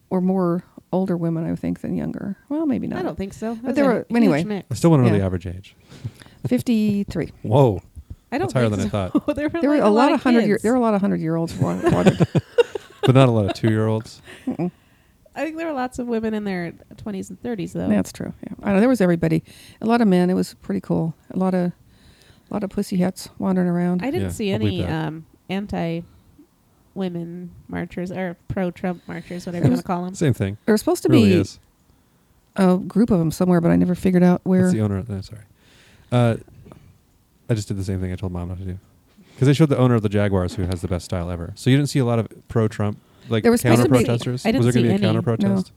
Speaker 3: were more older women I think than younger. Well, maybe not.
Speaker 2: I don't think so.
Speaker 3: But there were- anyway.
Speaker 1: I still want to know the
Speaker 3: Yeah.
Speaker 1: average age.
Speaker 3: Fifty-three.
Speaker 1: Whoa,
Speaker 2: I don't
Speaker 1: that's higher
Speaker 2: think
Speaker 1: than
Speaker 2: so.
Speaker 1: I thought,
Speaker 2: there were,
Speaker 3: There
Speaker 2: like,
Speaker 3: were a lot of hundred year.
Speaker 2: kids.
Speaker 3: There were a lot of hundred year olds. wanted.
Speaker 1: but not a lot of two year olds.
Speaker 3: Mm-mm.
Speaker 2: I think there were lots of women in their 20s and 30s, though.
Speaker 3: That's true. Yeah, I know there was everybody. A lot of men. It was pretty cool. A lot of, a lot of pussy hats wandering around.
Speaker 2: I didn't
Speaker 1: Yeah,
Speaker 2: see
Speaker 1: I'll believe
Speaker 2: any
Speaker 1: that.
Speaker 2: um, anti women marchers or pro Trump marchers, whatever you want to call them.
Speaker 1: Same thing.
Speaker 3: there was supposed to
Speaker 1: really
Speaker 3: be
Speaker 1: is.
Speaker 3: a group of them somewhere, but I never figured out where.
Speaker 1: That's the owner. Of the, sorry, uh, I just did the same thing I told mom not to do because they showed the owner of the Jaguars who has the best style ever. So you didn't see a lot of pro Trump like
Speaker 3: There was supposed
Speaker 1: counter
Speaker 3: to be-
Speaker 1: protesters.
Speaker 2: I
Speaker 1: was
Speaker 2: didn't
Speaker 1: there
Speaker 2: see
Speaker 1: going to be
Speaker 2: any.
Speaker 1: a counter protest?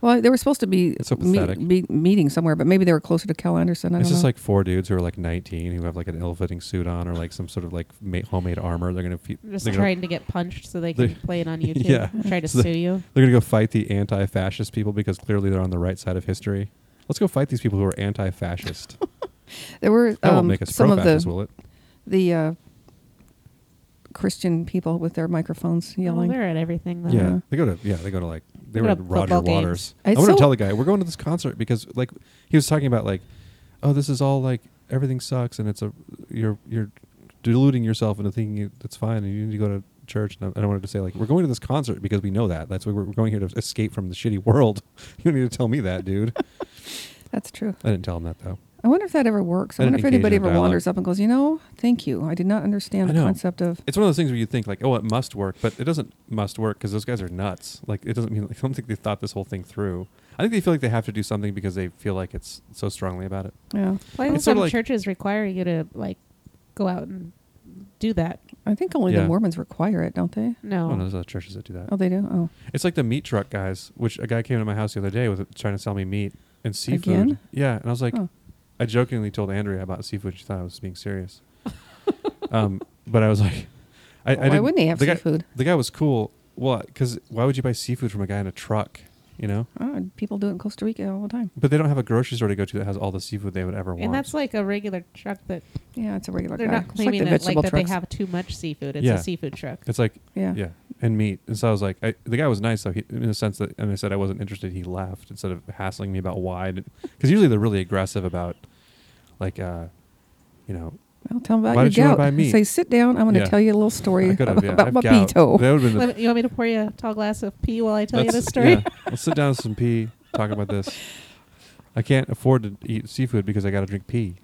Speaker 3: Well, they were supposed to be,
Speaker 1: It's so
Speaker 3: me-
Speaker 1: pathetic.
Speaker 3: be meeting somewhere, but maybe they were closer to Cal Anderson. I
Speaker 1: It's
Speaker 3: don't
Speaker 1: just
Speaker 3: know.
Speaker 1: like four dudes who are like 19 who have like an ill-fitting suit on or like some sort of like ma- homemade armor. They're going to fe-
Speaker 2: Just
Speaker 1: they're gonna-
Speaker 2: trying to get punched so they can
Speaker 1: They-
Speaker 2: play it on YouTube.
Speaker 1: Yeah.
Speaker 2: Try to
Speaker 1: So
Speaker 2: sue you.
Speaker 1: They're going to go fight the anti fascist people because clearly they're on the right side of history. Let's go fight these people who are anti fascist.
Speaker 3: there were
Speaker 1: That won't
Speaker 3: um,
Speaker 1: make us
Speaker 3: some
Speaker 1: pro
Speaker 3: of
Speaker 1: fascist,
Speaker 3: the
Speaker 1: will it?
Speaker 3: the uh, Christian people with their microphones
Speaker 2: Oh,
Speaker 3: yelling.
Speaker 2: they're at everything, though.
Speaker 1: Yeah.
Speaker 3: Uh-huh.
Speaker 1: They go to, yeah, they go to like, they
Speaker 2: They
Speaker 1: were
Speaker 2: go
Speaker 1: at
Speaker 2: to
Speaker 1: Roger
Speaker 2: football games.
Speaker 1: Waters. I
Speaker 3: It's
Speaker 1: want to
Speaker 3: so-
Speaker 1: tell the guy, we're going to this concert because like he was talking about like, oh, this is all like, everything sucks and it's a, you're, you're deluding yourself into thinking it- it's fine and you need to go to church. And I, and I wanted to say like, we're going to this concert because we know that. That's why we're, we're going here to escape from the shitty world. you don't need to tell me that, dude.
Speaker 3: That's true.
Speaker 1: I didn't tell him that though.
Speaker 3: I wonder if that ever works. I,
Speaker 1: I
Speaker 3: wonder if
Speaker 1: didn't engage
Speaker 3: anybody
Speaker 1: in
Speaker 3: ever
Speaker 1: dialogue.
Speaker 3: wanders up and goes, you know, thank you. I did not understand
Speaker 1: I
Speaker 3: the
Speaker 1: know.
Speaker 3: concept of.
Speaker 1: it's one of those things where you think like, oh, it must work, but it doesn't must work because those guys are nuts. Like it doesn't mean like, I don't think they thought this whole thing through. I think they feel like they have to do something because they feel like it's so strongly about it.
Speaker 3: Yeah,
Speaker 2: Why don't
Speaker 1: It's sorta
Speaker 2: some
Speaker 1: like-
Speaker 2: churches require you to, like, go out and do that?
Speaker 3: I think only
Speaker 1: Yeah.
Speaker 3: the Mormons require it, don't they?
Speaker 1: Oh.
Speaker 2: No.
Speaker 1: no, there's other churches that do that.
Speaker 3: Oh, they do. Oh,
Speaker 1: It's like the meat truck guys, which a guy came to my house the other day with trying to sell me meat and seafood.
Speaker 3: Again?
Speaker 1: Yeah, and I was like,
Speaker 3: Oh.
Speaker 1: I jokingly told Andrea about seafood. She thought I was being serious. um, but I was like, I, I
Speaker 3: Why
Speaker 1: didn't-
Speaker 3: wouldn't they have
Speaker 1: the guy-
Speaker 3: seafood?
Speaker 1: the guy was cool. Well, because why would you buy seafood from a guy in a truck? You know.
Speaker 3: Oh, people do it in Costa Rica all the time.
Speaker 1: But they don't have a grocery store to go to that has all the seafood they would ever want.
Speaker 2: and that's like a regular truck that
Speaker 3: Yeah, it's a regular
Speaker 2: they're
Speaker 3: guy.
Speaker 2: not
Speaker 3: It's like
Speaker 2: claiming
Speaker 3: the
Speaker 2: that,
Speaker 3: vegetable
Speaker 2: like, that they
Speaker 3: trucks.
Speaker 2: have too much seafood. It's
Speaker 1: Yeah.
Speaker 2: a seafood truck.
Speaker 1: it's like
Speaker 3: yeah.
Speaker 1: yeah, and meat. And so I was like, I, the guy was nice though, he, in the sense that, and I said I wasn't interested. He left instead of hassling me about why, because usually they're really aggressive about, like, uh, you know,
Speaker 3: Well, tell them about
Speaker 1: Why
Speaker 3: your
Speaker 1: did you wanna
Speaker 3: gout.
Speaker 1: buy meat?
Speaker 3: Say, sit down. I want
Speaker 1: Yeah.
Speaker 3: to tell you a little story
Speaker 1: I could have
Speaker 3: about,
Speaker 1: yeah,
Speaker 3: about
Speaker 1: I've
Speaker 3: my
Speaker 1: gout.
Speaker 3: beto.
Speaker 1: That would have been
Speaker 2: Let
Speaker 1: the,
Speaker 2: me- you want me to pour you a tall glass of pee while I tell you
Speaker 1: that's-
Speaker 2: this story?
Speaker 1: yeah. Let's sit down with some pee, talk about this. I can't afford to eat seafood because I got to drink pee.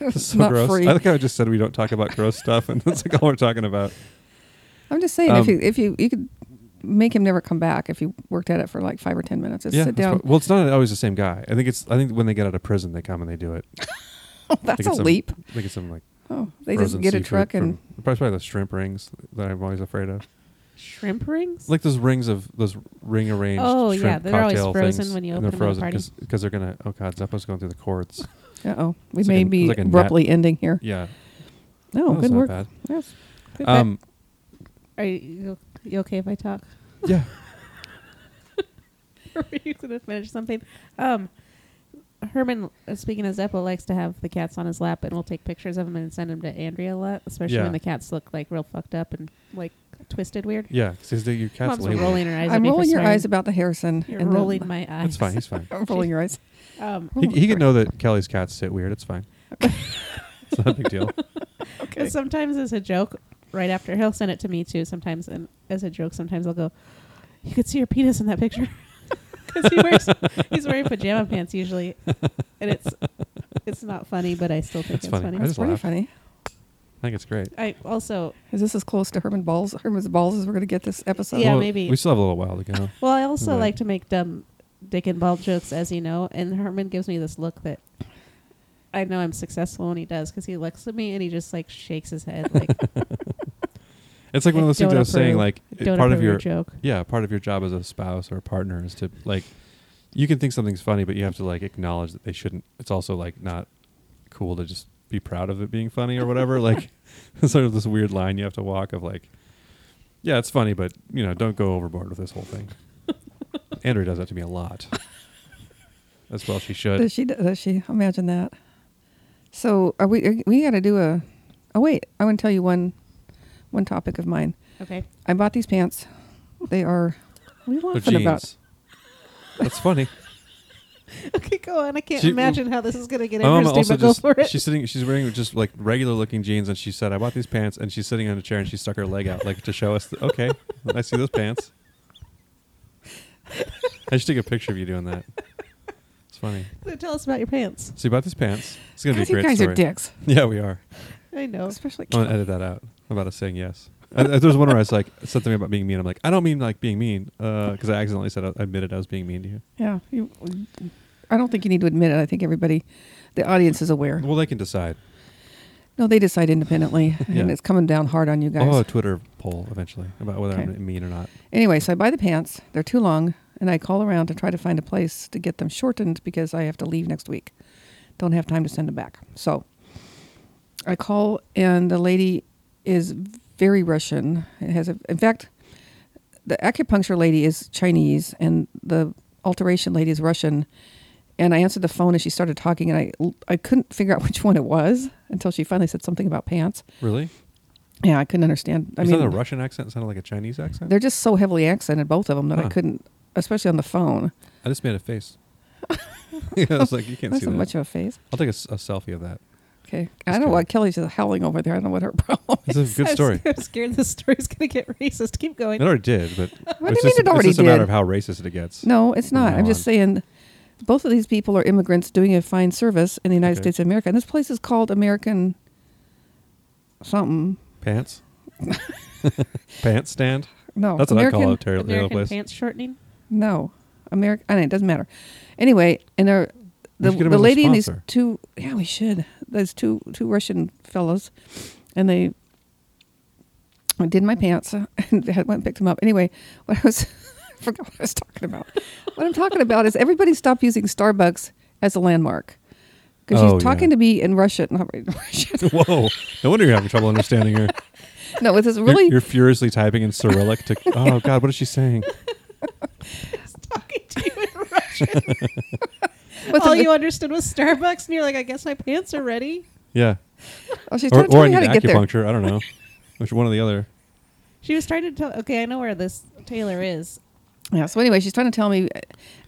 Speaker 1: It's so
Speaker 3: not
Speaker 1: gross.
Speaker 3: free.
Speaker 1: I think I just said we don't talk about gross stuff, and that's like all we're talking about.
Speaker 3: I'm just saying,
Speaker 1: Um,
Speaker 3: if you if you you could make him never come back if you worked at it for like five or ten minutes, just sit
Speaker 1: that's
Speaker 3: down.
Speaker 1: prob- well, it's not always the same guy. I think it's. I think when they get out of prison, they come and they do it.
Speaker 3: That's
Speaker 1: think
Speaker 3: a
Speaker 1: it's a-
Speaker 3: leap.
Speaker 1: I think it's some like
Speaker 3: Oh, they
Speaker 1: frozen
Speaker 3: just get a
Speaker 1: seafood
Speaker 3: truck and
Speaker 1: from, probably, probably the shrimp rings that I'm always afraid of.
Speaker 2: Shrimp rings?
Speaker 1: Like those rings of those ring arranged.
Speaker 2: Oh,
Speaker 1: shrimp
Speaker 2: yeah, they're always
Speaker 1: cocktail
Speaker 2: frozen
Speaker 1: things,
Speaker 2: when you
Speaker 1: and
Speaker 2: open
Speaker 1: they're
Speaker 2: them at a
Speaker 1: frozen
Speaker 2: party.
Speaker 1: because they're gonna. Oh God, Zeppo's going through the cords.
Speaker 3: uh oh, we
Speaker 1: It's like
Speaker 3: may
Speaker 1: a-
Speaker 3: be
Speaker 1: it's like a net.
Speaker 3: abruptly ending here.
Speaker 1: Yeah,
Speaker 2: Oh,
Speaker 3: No,
Speaker 1: that's
Speaker 3: good
Speaker 1: not
Speaker 3: work.
Speaker 1: Bad.
Speaker 3: Yes.
Speaker 2: But-
Speaker 1: Um,
Speaker 2: are you, you okay if I talk?
Speaker 1: yeah,
Speaker 2: Were you going to finish something? Um, Herman, uh, speaking of Zeppo, likes to have the cats on his lap and will take pictures of them and send them to Andrea a lot, especially
Speaker 1: Yeah.
Speaker 2: when the cats look like real fucked up and like twisted weird.
Speaker 1: yeah. Because your cat's
Speaker 2: Mom's
Speaker 1: labeled.
Speaker 2: rolling her eyes. at
Speaker 3: I'm
Speaker 2: me for
Speaker 3: rolling your
Speaker 2: swearing.
Speaker 3: eyes about the Harrison.
Speaker 2: You're
Speaker 3: and the-
Speaker 2: rolling my eyes.
Speaker 1: That's fine. He's fine.
Speaker 3: I'm rolling your eyes.
Speaker 2: Um,
Speaker 1: he, he can know that Kelly's cats sit weird. It's fine. it's not a big deal.
Speaker 2: And sometimes as a joke, right after he'll send it to me too. Sometimes and as a joke, sometimes I'll go, "You could see your penis in that picture," because he wears he's wearing pajama pants usually, and it's it's not funny, but I still think
Speaker 1: It's
Speaker 2: it's,
Speaker 1: funny.
Speaker 2: funny.
Speaker 1: I
Speaker 3: That's
Speaker 1: just
Speaker 3: pretty
Speaker 1: laugh.
Speaker 3: funny.
Speaker 1: I think it's great.
Speaker 2: I also
Speaker 3: Is this as close to Herman Balls? Herman's Balls as we're going to get this episode.
Speaker 2: Yeah,
Speaker 1: Well,
Speaker 2: maybe.
Speaker 1: We still have a little while to go.
Speaker 2: well, I also
Speaker 1: Right.
Speaker 2: like to make dumb dick and ball jokes, as you know, and Herman gives me this look that. I know I'm successful when he does because he looks at me and he just like shakes his head like
Speaker 1: It's like one
Speaker 2: I
Speaker 1: of those things
Speaker 2: don't
Speaker 1: I was saying.
Speaker 2: approve.
Speaker 1: Like it-
Speaker 2: don't
Speaker 1: part
Speaker 2: approve
Speaker 1: of your
Speaker 2: joke.
Speaker 1: yeah, part of your job as a spouse or a partner is to like you can think something's funny, but you have to like acknowledge that they shouldn't. It's also like not cool to just be proud of it being funny or whatever. like it's sort of this weird line you have to walk of like, yeah, it's funny, but you know, don't go overboard with this whole thing. Andrew does that to me a lot. As well, she should.
Speaker 3: Does she? Does she? Imagine that. So are we? Are, we got to do a. Oh wait, I want to tell you one, one topic of mine.
Speaker 2: Okay.
Speaker 3: I bought these pants. They are. We
Speaker 1: Her
Speaker 3: laughing
Speaker 1: Oh, jeans.
Speaker 3: about.
Speaker 1: That's funny.
Speaker 2: Okay, go on. I can't
Speaker 1: She-
Speaker 2: imagine how this is going to get
Speaker 1: My mom
Speaker 2: interesting,
Speaker 1: also
Speaker 2: but go
Speaker 1: just
Speaker 2: for it.
Speaker 1: she's sitting. She's wearing just like regular looking jeans, and she said, "I bought these pants," and she's sitting on a chair and she stuck her leg out like to show us. That, okay, I see those pants. I should take a picture of you doing that. It's funny.
Speaker 2: So tell us about your pants.
Speaker 1: So you bought these pants. It's gonna
Speaker 3: Guys,
Speaker 1: be a
Speaker 3: you
Speaker 1: great
Speaker 3: guys
Speaker 1: story.
Speaker 3: are dicks.
Speaker 1: Yeah, we are.
Speaker 2: I know.
Speaker 3: Especially.
Speaker 1: I'm gonna
Speaker 3: Kelly.
Speaker 1: edit that out. I'm about to saying yes. I, I- there was one where I was like said something about being mean. I'm like, I don't mean like being mean, because I accidentally said I admitted I was being mean to you.
Speaker 3: Yeah. You, I don't think you need to admit it. I think everybody, the audience is aware.
Speaker 1: Well, they can decide.
Speaker 3: No, they decide independently, and
Speaker 1: Yeah. Oh,
Speaker 3: it's coming down hard on you guys.
Speaker 1: I'll have a Twitter poll eventually about whether
Speaker 3: Okay.
Speaker 1: I'm mean or not.
Speaker 3: Anyway, so I buy the pants. They're too long, and I call around to try to find a place to get them shortened because I have to leave next week. Don't have time to send them back. So I call, and the lady is very Russian. It has, a, in fact, the acupuncture lady is Chinese, and the alteration lady is Russian. And I answered the phone, and she started talking, and I I couldn't figure out which one it was until she finally said something about pants.
Speaker 1: Really?
Speaker 3: Yeah, I couldn't understand. I
Speaker 1: Is
Speaker 3: mean,
Speaker 1: that a Russian accent? Sounded like a Chinese accent.
Speaker 3: they're just so heavily accented, both of them, that I
Speaker 1: Huh.
Speaker 3: couldn't, especially on the phone.
Speaker 1: I just made a face. I was like, you can't
Speaker 3: That's
Speaker 1: see
Speaker 3: not
Speaker 1: that.
Speaker 3: much of a phase.
Speaker 1: I'll take a, s- a selfie of that.
Speaker 3: Okay.
Speaker 1: That's
Speaker 3: I don't know
Speaker 1: good.
Speaker 3: why Kelly's just howling over there. I don't know what her problem is.
Speaker 1: It's a good
Speaker 2: I'm
Speaker 1: story.
Speaker 2: scared- I'm scared this story's going to get racist. Keep going.
Speaker 1: It already did, but it's
Speaker 3: What do you
Speaker 1: just,
Speaker 3: mean it already
Speaker 1: it's just a matter
Speaker 3: did?
Speaker 1: of how racist it gets.
Speaker 3: No, it's not.
Speaker 1: From
Speaker 3: I'm
Speaker 1: now
Speaker 3: just
Speaker 1: on.
Speaker 3: saying both of these people are immigrants doing a fine service in the United
Speaker 1: Okay.
Speaker 3: States of America. And this place is called American something.
Speaker 1: Pants. Pants stand.
Speaker 3: No.
Speaker 1: That's what
Speaker 3: Oh, American,
Speaker 1: I call it. Terry, the other
Speaker 2: American
Speaker 1: place.
Speaker 2: pants shortening.
Speaker 3: No. American. I mean, it doesn't matter. Anyway, and they're. The,
Speaker 1: should get 'em
Speaker 3: the
Speaker 1: as a
Speaker 3: lady and these
Speaker 1: sponsor.
Speaker 3: two yeah we should those two two Russian fellows, and they I did my pants uh, and had went and picked them up. Anyway, what I was I forgot what I was talking about. what I'm talking about is everybody stopped using Starbucks as a landmark because
Speaker 1: Oh,
Speaker 3: she's talking
Speaker 1: yeah.
Speaker 3: to me in Russian. Not in Russian.
Speaker 1: Whoa! No wonder you're having trouble understanding her.
Speaker 3: no, with this
Speaker 1: You're-
Speaker 3: really
Speaker 1: You're, furiously typing in Cyrillic to. Oh God, what is she saying?
Speaker 2: It's talking to you in Russian.
Speaker 3: with this-
Speaker 2: All Oh, you understood was Starbucks, and you're like, I guess my pants are ready.
Speaker 1: Yeah.
Speaker 3: oh, she's
Speaker 1: Or, or
Speaker 3: trying to tell
Speaker 1: I
Speaker 3: me how
Speaker 1: need
Speaker 3: to get there.
Speaker 1: acupuncture. I don't know. Which one or the other?
Speaker 2: She was trying to tell. Okay, I know where this tailor is.
Speaker 3: Yeah. So anyway, she's trying to tell me,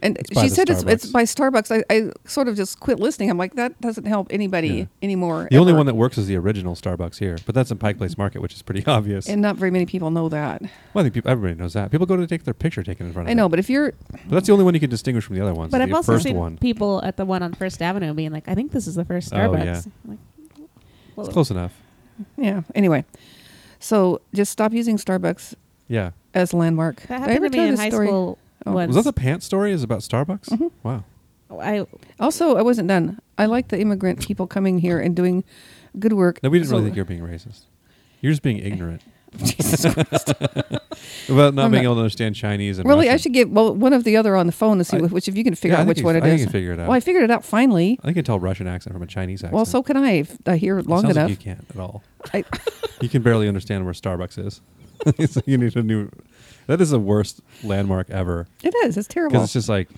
Speaker 3: and
Speaker 1: It's by
Speaker 3: she
Speaker 1: the
Speaker 3: said it's, it's
Speaker 1: Starbucks.
Speaker 3: by Starbucks. I, I sort of just quit listening. I'm like, that doesn't help anybody
Speaker 1: Yeah.
Speaker 3: anymore.
Speaker 1: The only
Speaker 3: ever.
Speaker 1: one that works is the original Starbucks here, but that's in Pike Place Market, which is pretty obvious.
Speaker 3: and not very many people know that.
Speaker 1: well, I think people, everybody knows that. People go to take their picture taken in front of
Speaker 3: I
Speaker 1: them.
Speaker 3: know, but if you're
Speaker 1: But that's the only one you can distinguish from the other ones.
Speaker 2: But
Speaker 1: the
Speaker 2: I've also
Speaker 1: first
Speaker 2: seen
Speaker 1: one.
Speaker 2: people at the one on First Avenue being like, I think this is the first
Speaker 1: Oh,
Speaker 2: Starbucks.
Speaker 1: yeah.
Speaker 2: I'm like, well,
Speaker 1: It's close enough.
Speaker 3: Yeah. Anyway, so just stop using Starbucks
Speaker 1: Yeah.
Speaker 3: as a landmark. Did I
Speaker 2: That happened to
Speaker 3: ever
Speaker 2: me
Speaker 3: tell
Speaker 2: in
Speaker 3: this
Speaker 2: high
Speaker 3: story?
Speaker 2: school
Speaker 3: Oh.
Speaker 2: once.
Speaker 1: Was that the pants story? Is about Starbucks?
Speaker 3: Mhm.
Speaker 1: Wow.
Speaker 2: I
Speaker 3: Also, I wasn't done. I like the immigrant people coming here and doing good work.
Speaker 1: No, we didn't
Speaker 3: So-
Speaker 1: really think you were being racist. You're just being ignorant
Speaker 3: Jesus Christ.
Speaker 1: about not
Speaker 3: I'm
Speaker 1: being
Speaker 3: not-
Speaker 1: able to understand Chinese and
Speaker 3: really, I
Speaker 1: Russian.
Speaker 3: should get well one of the other on the phone to see
Speaker 1: I-
Speaker 3: which if you can figure
Speaker 1: Yeah, I
Speaker 3: out
Speaker 1: think
Speaker 3: which
Speaker 1: you-
Speaker 3: one it
Speaker 1: I think
Speaker 3: is.
Speaker 1: you figured it out.
Speaker 3: Well, I figured it out finally.
Speaker 1: I can tell Russian accent from a Chinese accent.
Speaker 3: Well, so can I if I hear it long
Speaker 1: Sounds
Speaker 3: enough.
Speaker 1: Like you can't at all.
Speaker 3: I,
Speaker 1: You can barely understand where Starbucks is. so you need a new. That is the worst landmark ever
Speaker 3: it is. It's terrible.
Speaker 1: because it's just like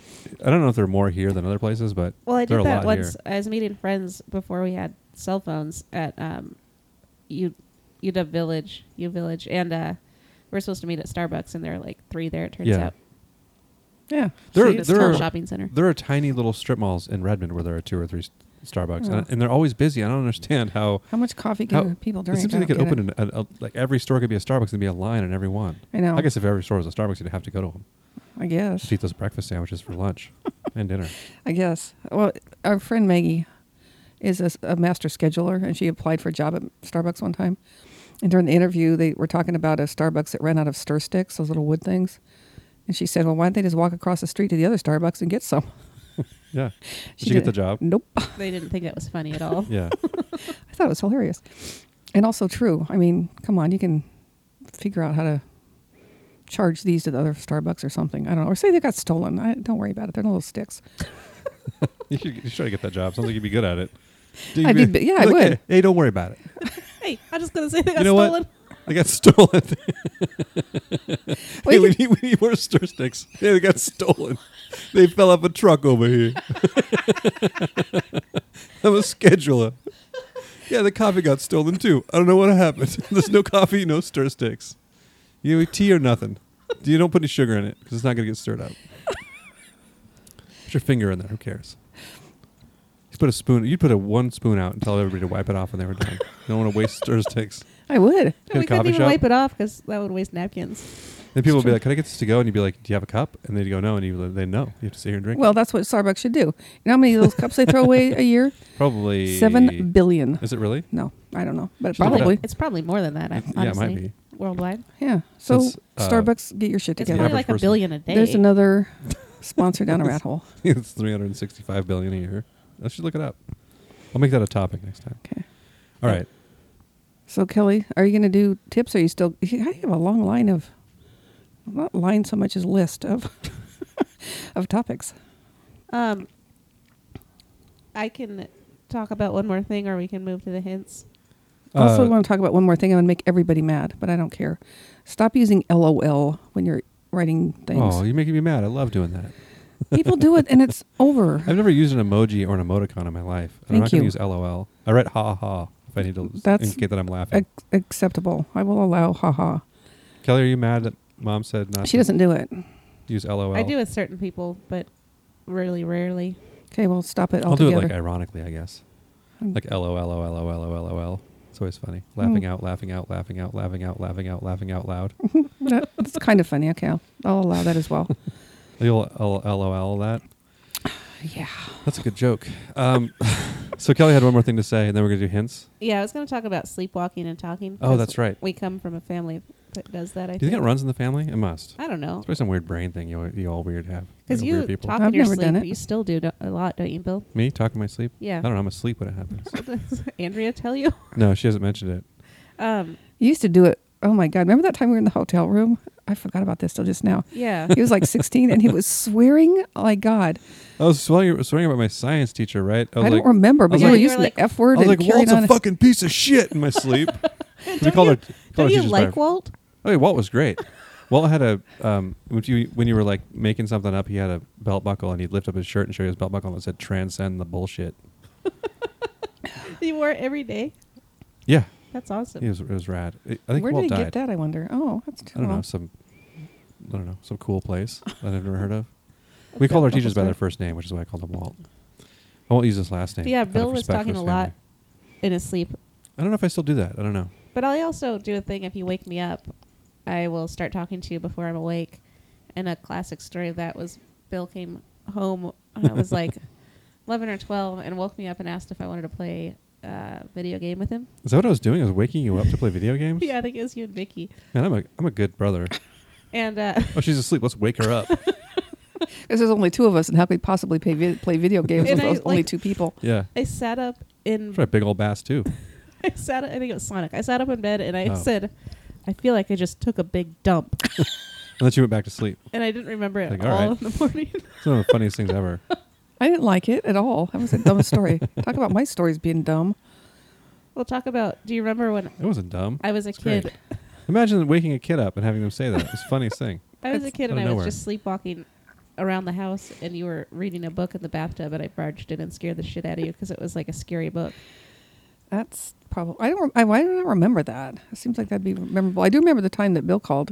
Speaker 1: I don't know if there are more here than other places, but
Speaker 2: well, I
Speaker 1: there are a
Speaker 2: did that
Speaker 1: lot
Speaker 2: once.
Speaker 1: here.
Speaker 2: I was meeting friends before we had cell phones at um, U UW Village, U Village, and uh, we are supposed to meet at Starbucks, and there are like three there. It turns
Speaker 1: Yeah.
Speaker 2: out
Speaker 3: yeah.
Speaker 1: There,
Speaker 2: it's
Speaker 1: there
Speaker 2: called
Speaker 1: are
Speaker 2: shopping center.
Speaker 1: There are tiny little strip malls in Redmond where there are two or three s- Starbucks, and,
Speaker 3: Oh.
Speaker 1: and they're always busy. I don't understand how.
Speaker 3: How much coffee
Speaker 1: How-
Speaker 3: can people
Speaker 1: It
Speaker 3: drink?
Speaker 1: seems
Speaker 3: I
Speaker 1: like they
Speaker 3: don't
Speaker 1: could open
Speaker 3: get it.
Speaker 1: an, an, a, like every store could be a Starbucks and be a line in every one.
Speaker 3: I know.
Speaker 1: I guess if every store was a Starbucks, you'd have to go to them.
Speaker 3: I guess.
Speaker 1: Just eat those breakfast sandwiches for lunch and dinner.
Speaker 3: I guess. Well, our friend Maggie is a, s- a master scheduler, and she applied for a job at Starbucks one time. And during the interview, they were talking about a Starbucks that ran out of stir sticks, those little wood things. And she said, "Well, why don't they just walk across the street to the other Starbucks and get some?"
Speaker 1: Yeah. Did
Speaker 3: She
Speaker 1: she, get
Speaker 3: did.
Speaker 1: the job?
Speaker 3: Nope.
Speaker 2: they didn't think that was funny at all.
Speaker 1: Yeah.
Speaker 3: I thought it was hilarious, and also true. I mean, come on, you can figure out how to charge these to the other Starbucks or something. I don't know, or say they got stolen. I, don't worry about it. They're little sticks.
Speaker 1: you should you should try to get that job. Sounds like you'd be good at it. You'd
Speaker 3: I'd be- yeah, I
Speaker 1: like,
Speaker 3: would.
Speaker 1: Hey, hey, don't worry about it.
Speaker 2: hey, I'm just gonna say they got
Speaker 1: You know what?
Speaker 2: stolen.
Speaker 1: They got stolen.
Speaker 3: Well,
Speaker 1: hey,
Speaker 3: you
Speaker 1: we, need, we need more stir sticks. Hey, they got stolen. They fell off a truck over here. I'm a scheduler. Yeah, the coffee got stolen too. I don't know what happened. There's no coffee, no stir sticks. You eat tea or nothing. You don't put any sugar in it because it's not going to get stirred up. Put your finger in there. Who cares? You put a spoon. You'd put a one spoon out and tell everybody to wipe it off when they were done. You don't want to waste stir sticks.
Speaker 3: I would.
Speaker 1: Get a
Speaker 2: we couldn't
Speaker 1: coffee
Speaker 2: even
Speaker 1: shop.
Speaker 2: wipe it off because that would waste napkins.
Speaker 1: Then people would be
Speaker 3: true.
Speaker 1: like, "Can I get this to go?" And you'd be like, "Do you have a cup?" And they'd go, "No," and you they no. You have to sit here and drink.
Speaker 3: Well, that's what Starbucks should do. You know how many of those cups they throw away a year?
Speaker 1: probably
Speaker 3: Seven billion.
Speaker 1: Is it really?
Speaker 3: No, I don't know, but
Speaker 1: Should look it
Speaker 3: probably.
Speaker 2: It's probably more than that. I'm-
Speaker 1: yeah, it
Speaker 2: Honestly,
Speaker 1: might be.
Speaker 2: worldwide.
Speaker 3: Yeah. So
Speaker 1: Since, uh,
Speaker 3: Starbucks, get your shit
Speaker 2: It's
Speaker 1: the
Speaker 3: together.
Speaker 1: average
Speaker 2: probably like a
Speaker 1: person.
Speaker 2: billion a day.
Speaker 3: There's another sponsor down a rat hole.
Speaker 1: it's 365 billion a year. I should look it up. I'll make that a topic next time.
Speaker 3: Okay.
Speaker 1: All right.
Speaker 3: So Kelly, are you going to do tips? Or are you still? How do you have a long line of? Not line so much as list of of topics.
Speaker 2: Um, I can talk about one more thing, or we can move to the hints.
Speaker 3: also,
Speaker 1: Uh,
Speaker 3: want to talk about one more thing. I'm going to make everybody mad, but I don't care. Stop using LOL when you're writing things.
Speaker 1: oh, you're making me mad. I love doing that.
Speaker 3: People do it, and it's over.
Speaker 1: I've never used an emoji or an emoticon in my life. And I'm
Speaker 3: Thank
Speaker 1: not going
Speaker 3: you.
Speaker 1: to use LOL. I write ha ha if I need to
Speaker 3: That's-
Speaker 1: indicate that I'm laughing.
Speaker 3: Ac- acceptable. I will allow. Haha.
Speaker 1: Kelly, are you mad that mom said not
Speaker 3: She
Speaker 1: to
Speaker 3: doesn't do it.
Speaker 1: use LOL?
Speaker 2: I do with certain people, but really rarely.
Speaker 3: Okay, well, stop it
Speaker 1: I'll do
Speaker 3: altogether. Um,
Speaker 1: it like ironically, I guess. Like LOL, LOL, LOL, LOL. It's always funny. Laughing
Speaker 3: Mm.
Speaker 1: out, laughing out, laughing out, laughing out, laughing out, laughing out loud.
Speaker 3: That- that's kind of funny. Okay, I'll, I'll allow that as well.
Speaker 1: You'll L- LOL that.
Speaker 3: yeah.
Speaker 1: That's a good joke. Um, so Kelly had one more thing to say, and then we're gonna do hints.
Speaker 2: Yeah, I was going to talk about sleepwalking and talking.
Speaker 1: Oh,
Speaker 2: 'cause
Speaker 1: that's right.
Speaker 2: We come from a family that does that. I
Speaker 1: Do you think it runs in the family? It must.
Speaker 2: I don't know
Speaker 1: It's probably some weird brain thing you, you all weird have.
Speaker 2: because
Speaker 1: Like,
Speaker 2: you
Speaker 1: weird people.
Speaker 2: talk
Speaker 3: I've
Speaker 2: in your
Speaker 3: never
Speaker 2: sleep,
Speaker 3: done
Speaker 2: but
Speaker 3: it.
Speaker 2: you still do a lot, don't you, Bill?
Speaker 1: Me talking in my sleep. I
Speaker 2: Yeah.
Speaker 1: don't know. I'm asleep when it happens.
Speaker 2: Does Andrea tell you?
Speaker 1: no, she hasn't mentioned it.
Speaker 2: Um,
Speaker 3: You used to do it. Oh my God. Remember that time we were in the hotel room? I forgot about this till just now.
Speaker 2: yeah.
Speaker 3: He was like 16 and he was swearing. Oh my God.
Speaker 1: I was swearing, swearing about my science teacher, right?
Speaker 3: I,
Speaker 1: was
Speaker 3: don't
Speaker 1: like,
Speaker 3: remember, but
Speaker 1: was
Speaker 3: you
Speaker 1: like-
Speaker 3: were
Speaker 2: You were
Speaker 3: using
Speaker 2: like-
Speaker 3: the F
Speaker 1: I
Speaker 3: word
Speaker 1: was
Speaker 3: and
Speaker 1: like,
Speaker 3: carried
Speaker 1: Walt's a
Speaker 3: on.
Speaker 1: fucking piece of shit in my sleep. we
Speaker 2: Don't
Speaker 1: called
Speaker 2: you-
Speaker 1: her.
Speaker 2: Don't you
Speaker 1: Walt?
Speaker 2: like Walt?
Speaker 1: Oh, yeah, Walt was great. Walt had a um, when you when you were like making something up, he had a belt buckle and he'd lift up his shirt and show you his belt buckle and it said "Transcend the bullshit."
Speaker 2: You wore it every day.
Speaker 1: Yeah,
Speaker 2: That's awesome.
Speaker 1: it was it was rad. It- I think
Speaker 3: Where
Speaker 1: Walt
Speaker 3: did he
Speaker 1: died.
Speaker 3: get that? I wonder. Oh, that's too
Speaker 1: I don't know
Speaker 3: long.
Speaker 1: some I don't know some cool place that I've never heard of. We called our
Speaker 3: buckle
Speaker 1: teachers by their
Speaker 3: story.
Speaker 1: first name, which is why I called him Walt. I won't use his last name.
Speaker 2: But yeah,
Speaker 1: out of
Speaker 2: Bill was
Speaker 1: respect for
Speaker 2: talking
Speaker 1: his
Speaker 2: a lot.
Speaker 1: family.
Speaker 2: In his sleep,
Speaker 1: I don't know if I still do that. I don't know.
Speaker 2: But I also do a thing if you wake me up, I will start talking to you before I'm awake. And a classic story of that was Bill came home, I was like 11 or 12, and woke me up and asked if I wanted to play a video game with him.
Speaker 1: Is that what I was doing? I was waking you up to play video games.
Speaker 2: Yeah, I think it was you and Vicky.
Speaker 1: Man, I'm a I'm a good brother.
Speaker 2: And uh,
Speaker 1: Oh, she's asleep. Let's wake her up.
Speaker 3: Because there's only two of us, and how could we possibly play, vi- play video games
Speaker 2: And
Speaker 3: with
Speaker 2: I,
Speaker 3: those only
Speaker 2: like-
Speaker 3: two people?
Speaker 1: yeah,
Speaker 2: I sat up in,
Speaker 1: that's right. Big old bass too.
Speaker 2: I sat, I think it was Sonic. I sat up in bed and I
Speaker 1: Oh.
Speaker 2: said, I feel like I just took a big dump.
Speaker 1: Unless you went back to sleep.
Speaker 2: and I didn't remember it
Speaker 1: Like,
Speaker 2: at
Speaker 1: all
Speaker 2: all
Speaker 1: right.
Speaker 2: in the morning.
Speaker 1: It's one of the funniest things ever.
Speaker 3: I didn't like it at all. That was a dumb story. Talk about my stories being dumb.
Speaker 2: we'll talk about, do you remember when
Speaker 1: It wasn't dumb.
Speaker 2: I was a
Speaker 1: It's
Speaker 2: kid?
Speaker 1: great. Imagine waking a kid up and having them say that. It's the funniest thing.
Speaker 2: I was a
Speaker 3: That's
Speaker 2: kid
Speaker 1: out
Speaker 2: and
Speaker 1: of
Speaker 2: I
Speaker 1: nowhere.
Speaker 2: was just sleepwalking around the house, and you were reading a book in the bathtub, and I barged in and scared the shit out of you because it was like a scary book.
Speaker 3: That's probably. I don't. rem- I, I don't remember that. It seems like that'd be memorable. I do remember the time that Bill called.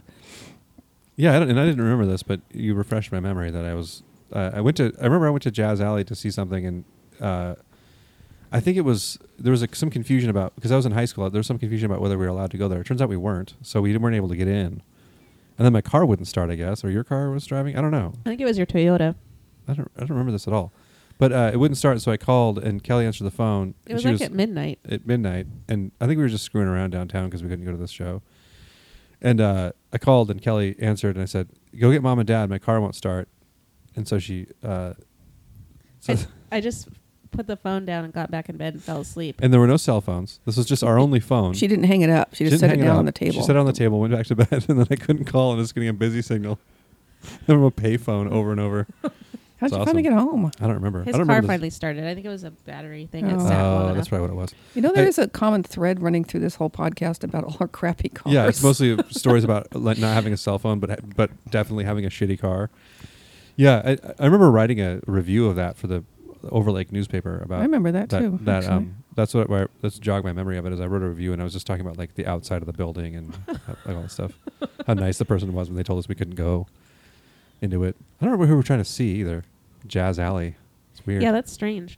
Speaker 1: Yeah, I don't, and I didn't remember this, but you refreshed my memory that I was. Uh, I went to. I remember I went to Jazz Alley to see something, and uh, I think it was there was like some confusion about because I was in high school. There was some confusion about whether we were allowed to go there. It turns out we weren't, so we weren't able to get in. And then my car wouldn't start, I guess, or your car was driving. I don't know.
Speaker 2: I think it was your Toyota.
Speaker 1: I don't. I don't remember this at all. But uh, it wouldn't start, so I called, and Kelly answered the phone.
Speaker 2: It
Speaker 1: and
Speaker 2: was
Speaker 1: she
Speaker 2: like at midnight.
Speaker 1: at midnight, and I think we were just screwing around downtown because we couldn't go to this show. And uh, I called, and Kelly answered, and I said, "Go get mom and dad. My car won't start." And so she, uh, so,
Speaker 2: I, I just put the phone down and got back in bed and fell asleep.
Speaker 1: and there were no cell phones. This was just our only phone.
Speaker 3: She didn't hang it up. She
Speaker 1: She didn't
Speaker 3: just set it
Speaker 1: hang
Speaker 3: down on
Speaker 1: up.
Speaker 3: the table.
Speaker 1: She set it on the table, went back to bed, and then I couldn't call, and it's getting a busy signal from a payphone over and over.
Speaker 3: How'd
Speaker 1: It's
Speaker 3: you
Speaker 1: awesome.
Speaker 3: finally get home?
Speaker 1: I don't remember.
Speaker 2: His
Speaker 1: I don't
Speaker 2: car
Speaker 1: remember. this-
Speaker 2: finally started. I think it was a battery thing.
Speaker 3: Oh.
Speaker 2: It sat long
Speaker 1: Oh,
Speaker 2: enough.
Speaker 1: that's probably what it was.
Speaker 3: You know, there
Speaker 1: I-
Speaker 3: is a common thread running through this whole podcast about all our crappy cars.
Speaker 1: Yeah, it's mostly stories about uh, like, not having a cell phone, but ha- but definitely having a shitty car. Yeah, I, I remember writing a review of that for the Overlake newspaper about
Speaker 3: I remember that,
Speaker 1: that.
Speaker 3: too.
Speaker 1: that
Speaker 3: actually.
Speaker 1: um, that's what where, that's jogged my memory of it. Is I wrote a review and I was just talking about like the outside of the building and how- like, all that stuff. How nice the person was when they told us we couldn't go into it. I don't remember who we were trying to see either. Jazz Alley. It's weird.
Speaker 2: Yeah, that's strange.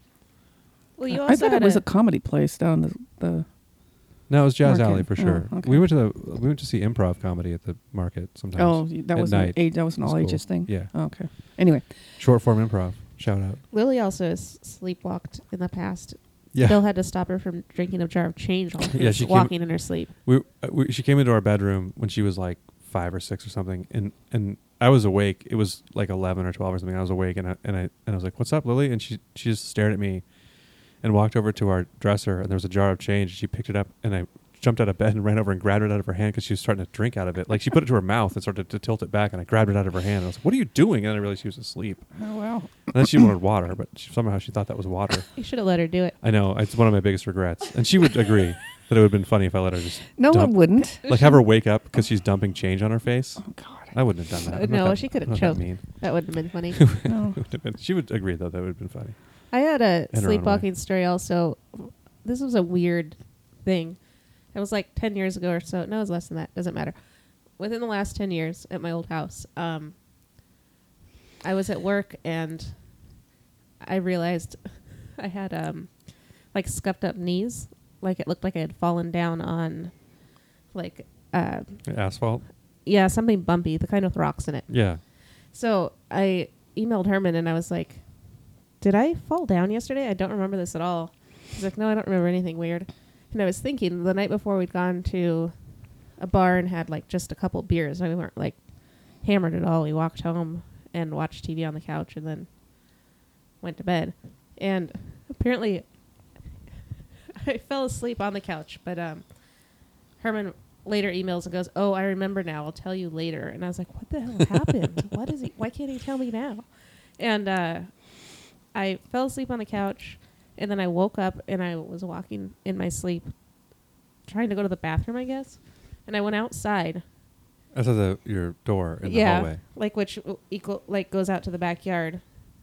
Speaker 2: Well, you
Speaker 3: I-
Speaker 2: also
Speaker 3: I thought
Speaker 2: had
Speaker 3: it was
Speaker 2: a,
Speaker 3: a comedy place down the. the
Speaker 1: no, it was Jazz
Speaker 3: Market.
Speaker 1: Alley for
Speaker 3: Oh,
Speaker 1: sure.
Speaker 3: okay.
Speaker 1: We went to the we went to see improv comedy at the market sometimes.
Speaker 3: oh, y- that
Speaker 1: At
Speaker 3: was
Speaker 1: night.
Speaker 3: an age. That was an
Speaker 1: It's
Speaker 3: all
Speaker 1: cool.
Speaker 3: ages thing.
Speaker 1: Yeah.
Speaker 3: Oh, okay. Anyway,
Speaker 1: Short form improv. Shout out.
Speaker 2: Lily also s- sleepwalked in the past.
Speaker 1: Yeah.
Speaker 2: Bill had to stop her from drinking a jar of change while she
Speaker 1: Yeah,
Speaker 2: was
Speaker 1: she came-
Speaker 2: walking in her sleep.
Speaker 1: We, uh, we she came into our bedroom when she was like five or six or something, and and I was awake. It was like eleven or twelve or something. I was awake, and I and I and I was like, "What's up, Lily?" And she she just stared at me, and walked over to our dresser, and there was a jar of change. She picked it up, and I jumped out of bed and ran over and grabbed it out of her hand because she was starting to drink out of it. Like she put it to her mouth and started to tilt it back, and I grabbed it out of her hand. And I was like, "What are you doing?" And then I realized she was asleep.
Speaker 3: oh wow.
Speaker 1: And then she wanted water, but she, somehow she thought that was water.
Speaker 2: You should have let her do it.
Speaker 1: I know it's one of my biggest regrets, and she would agree that it would have been funny if I let her just
Speaker 3: No,
Speaker 1: Dump.
Speaker 3: I wouldn't.
Speaker 1: like have her wake up because she's dumping change on her face.
Speaker 3: Oh God.
Speaker 1: I wouldn't have done that. I'm not
Speaker 2: Uh, no,
Speaker 1: that-
Speaker 2: she could
Speaker 1: I'm not
Speaker 2: have
Speaker 1: that
Speaker 2: choked.
Speaker 1: mean.
Speaker 2: That wouldn't have been funny.
Speaker 3: No.
Speaker 1: Would have been- she would agree though. That would have been funny.
Speaker 2: I
Speaker 1: And
Speaker 2: had a
Speaker 1: her own way.
Speaker 2: sleepwalking story also. This was a weird thing. It was like 10 years ago or so. No, it was less than that. Doesn't matter. Within the last 10 years at my old house, um, I was at work and I realized I had um, like scuffed up knees. Like it looked like I had fallen down on like, uh,
Speaker 1: Asphalt.
Speaker 2: yeah, something bumpy, the kind with rocks in it.
Speaker 1: Yeah.
Speaker 2: So I emailed Herman and I was like, "Did I fall down yesterday? I don't remember this at all." He's like, "No, I don't remember anything weird." And I was thinking the night before we'd gone to a bar and had like just a couple beers. We weren't like hammered at all. We walked home and watched TV on the couch and then went to bed. And apparently, I fell asleep on the couch. But um, Herman later emails and goes, "Oh, I remember now. I'll tell you later." And I was like, "What the hell happened? What is he? Why can't he tell me now?" And uh, I fell asleep on the couch, and then I woke up and I was walking in my sleep, trying to go to the bathroom, I guess. And I went outside
Speaker 1: That's at the, your door in the
Speaker 2: yeah,
Speaker 1: hallway.
Speaker 2: like which w- equal like goes out to the backyard.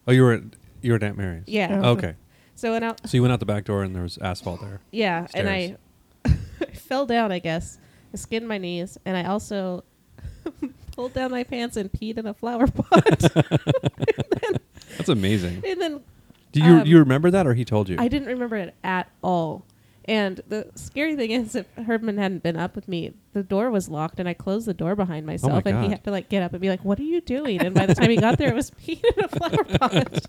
Speaker 1: Oh, you were at, you were at Aunt Mary's.
Speaker 2: Yeah.
Speaker 3: Oh.
Speaker 1: Okay.
Speaker 2: So and out.
Speaker 1: So you went out the back door and there was asphalt there.
Speaker 2: Yeah, Uh, and
Speaker 1: Stairs.
Speaker 2: I, I fell down. I guess I skinned my knees, and I also pulled down my pants and peed in a flower pot.
Speaker 1: That's amazing.
Speaker 2: and then
Speaker 1: Do you
Speaker 2: Um,
Speaker 1: you remember that or he told you?
Speaker 2: I didn't remember it at all. And the scary thing is, if Herdman hadn't been up with me, the door was locked, and I closed the door behind myself, and he
Speaker 1: Oh God.
Speaker 2: had to like get up and be like, "What are you doing?" And by the time he got there, it was peed in a flower pot.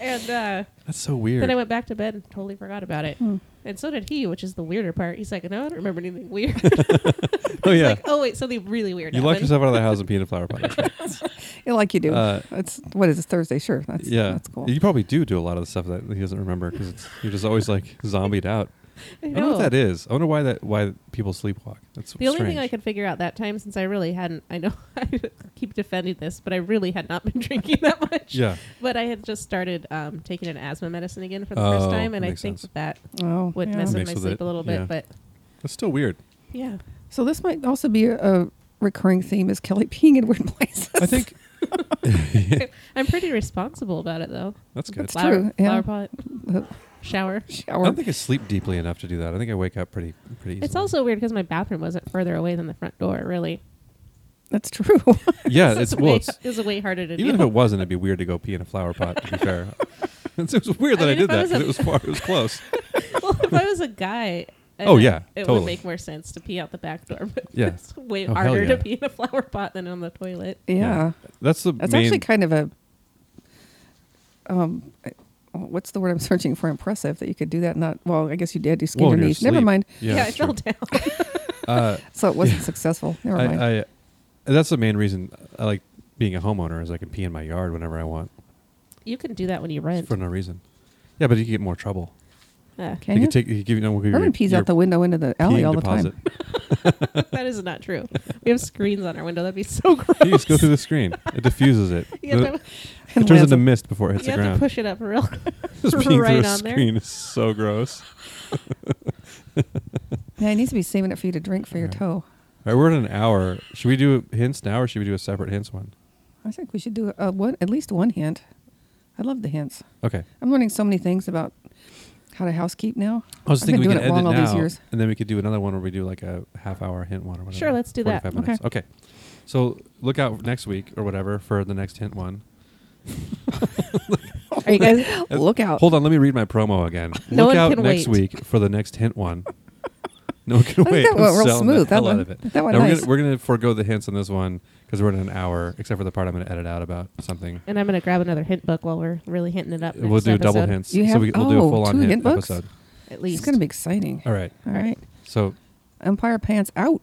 Speaker 2: and uh,
Speaker 1: That's so weird.
Speaker 2: then I went back to bed and totally forgot about it.
Speaker 3: Hmm.
Speaker 2: And so did he, which is the weirder part. He's like, "No, I don't remember anything weird."
Speaker 1: oh yeah.
Speaker 2: like, oh wait, something really weird.
Speaker 1: you locked
Speaker 2: happened.
Speaker 1: yourself out of the house and peed in a flower pot. That's right.
Speaker 3: Yeah, like you do.
Speaker 1: Uh,
Speaker 3: it's what is it Thursday? Sure, that's
Speaker 1: yeah.
Speaker 3: that's cool.
Speaker 1: You probably do do a lot of the stuff that he doesn't remember because you're just always like zombied out.
Speaker 2: I
Speaker 1: I,
Speaker 2: know.
Speaker 1: don't know what that is. I wonder why that why people sleepwalk. That's
Speaker 2: The only
Speaker 1: strange.
Speaker 2: thing I could figure out that time, since I really hadn't, I know I keep defending this, but I really had not been drinking that much.
Speaker 1: Yeah.
Speaker 2: But I had just started um, taking an asthma medicine again for the
Speaker 1: Oh,
Speaker 2: first time, and
Speaker 1: that
Speaker 2: I
Speaker 1: makes
Speaker 2: think
Speaker 1: sense.
Speaker 2: that
Speaker 3: Oh,
Speaker 2: would
Speaker 3: yeah.
Speaker 2: mess with
Speaker 1: Mix
Speaker 2: my
Speaker 1: with
Speaker 2: sleep
Speaker 1: it,
Speaker 2: a little
Speaker 1: yeah.
Speaker 2: bit. But
Speaker 1: That's still weird.
Speaker 2: yeah,
Speaker 3: So this might also be a, a recurring theme: is Kelly peeing in weird places?
Speaker 1: I think
Speaker 2: I'm pretty responsible about it though.
Speaker 1: that's good.
Speaker 3: It's
Speaker 2: flower,
Speaker 3: true, yeah.
Speaker 2: flower pot, shower.
Speaker 1: I
Speaker 3: shower.
Speaker 1: don't think I sleep deeply enough to do that. I think I wake up pretty pretty. Easily.
Speaker 2: It's also weird because my bathroom wasn't further away than the front door. Really,
Speaker 3: That's true.
Speaker 1: yeah.
Speaker 2: So
Speaker 1: It's
Speaker 2: way,
Speaker 1: well. It's,
Speaker 2: it was way harder to
Speaker 1: even if
Speaker 2: deal.
Speaker 1: it wasn't, it'd be weerd to go pee in a flower pot. To be fair, it's, it was weird
Speaker 2: I
Speaker 1: that I,
Speaker 2: mean,
Speaker 1: did
Speaker 2: if I
Speaker 1: that
Speaker 2: was
Speaker 1: 'cause
Speaker 2: a-
Speaker 1: it was far. It was close.
Speaker 2: well, if I was a guy. I
Speaker 1: Oh,
Speaker 2: mean,
Speaker 1: yeah,
Speaker 2: it
Speaker 1: totally.
Speaker 2: would make more sense to pee out the back door. But
Speaker 1: Yeah.
Speaker 2: it's way
Speaker 1: Oh, hell
Speaker 2: harder
Speaker 1: yeah.
Speaker 2: to pee in a flower pot than on the toilet.
Speaker 3: yeah.
Speaker 1: That's the
Speaker 3: that's
Speaker 1: main.
Speaker 3: actually kind of a. Um, I- oh, what's the word I'm searching for? Impressive that you could do that. and Not well. I guess you did. You skinned
Speaker 1: well,
Speaker 3: your
Speaker 1: in your
Speaker 3: knees. Never
Speaker 1: sleep.
Speaker 3: mind.
Speaker 1: Yeah,
Speaker 2: yeah I
Speaker 1: that's
Speaker 2: fell
Speaker 1: true.
Speaker 2: down.
Speaker 1: Uh,
Speaker 3: So it wasn't successful. Never mind.
Speaker 1: I, I, that's the main reason I like being a homeowner is I can pee in my yard whenever I want
Speaker 2: you can do that when you rent.
Speaker 1: for no reason. Yeah, but you can get more trouble.
Speaker 2: Uh,
Speaker 3: Can
Speaker 1: you
Speaker 3: you?
Speaker 1: could take. You could give you know,
Speaker 3: Herman pees out the window into the alley all the time.
Speaker 2: that is not true. We have screens on our window. That'd be so gross.
Speaker 1: You just go through the screen. It diffuses it.
Speaker 2: You have to,
Speaker 1: it turns into mist before it hits
Speaker 2: you
Speaker 1: the
Speaker 2: have to
Speaker 1: ground.
Speaker 2: push it up real.
Speaker 1: Just being
Speaker 2: right
Speaker 1: through a
Speaker 2: on there.
Speaker 1: screen is so gross.
Speaker 3: Yeah, he needs to be saving it for you to drink for your
Speaker 1: Alright. All
Speaker 3: toe.
Speaker 1: right, we're at an hour. Should we do hints now, or should we do a separate hints one?
Speaker 3: I think we should do a, one, at least one hint. I love the hints.
Speaker 1: Okay.
Speaker 3: I'm learning so many things about how to housekeep now.
Speaker 1: I was
Speaker 3: I've
Speaker 1: thinking we
Speaker 3: been
Speaker 1: can
Speaker 3: doing it
Speaker 1: edit
Speaker 3: wrong all these
Speaker 1: now,
Speaker 3: years.
Speaker 1: and then we could do another one where we do like a half hour hint one or whatever.
Speaker 2: Sure, let's do that.
Speaker 1: 45
Speaker 3: Okay.
Speaker 1: Minutes. Okay. So look out next week or whatever for the next hint one.
Speaker 2: Are you guys?
Speaker 3: Look out.
Speaker 1: Hold on, let me read my promo again.
Speaker 2: No
Speaker 1: look
Speaker 2: one
Speaker 1: out
Speaker 2: can
Speaker 1: next
Speaker 2: wait.
Speaker 1: week for the next hint one. No one can
Speaker 3: I
Speaker 1: wait.
Speaker 3: think that
Speaker 1: I'm
Speaker 3: went real
Speaker 1: selling the
Speaker 3: smooth. That
Speaker 1: hell out
Speaker 3: one,
Speaker 1: of it.
Speaker 3: that one
Speaker 1: Now we're
Speaker 3: nice.
Speaker 1: gonna, we're gonna forego the hints on this one because we're in an hour, except for the part I'm gonna edit out about something.
Speaker 2: And I'm gonna grab another hint book while we're really hinting it up. Next
Speaker 1: we'll do
Speaker 2: episode,
Speaker 1: double hints,
Speaker 3: You
Speaker 1: so
Speaker 3: have-
Speaker 1: we, we'll do a
Speaker 3: oh,
Speaker 1: full on
Speaker 3: two
Speaker 1: hint
Speaker 3: hint books?
Speaker 1: episode.
Speaker 2: at
Speaker 3: it's
Speaker 2: least.
Speaker 3: going to be exciting.
Speaker 1: All right.
Speaker 3: All right.
Speaker 1: So
Speaker 3: Empire pants out.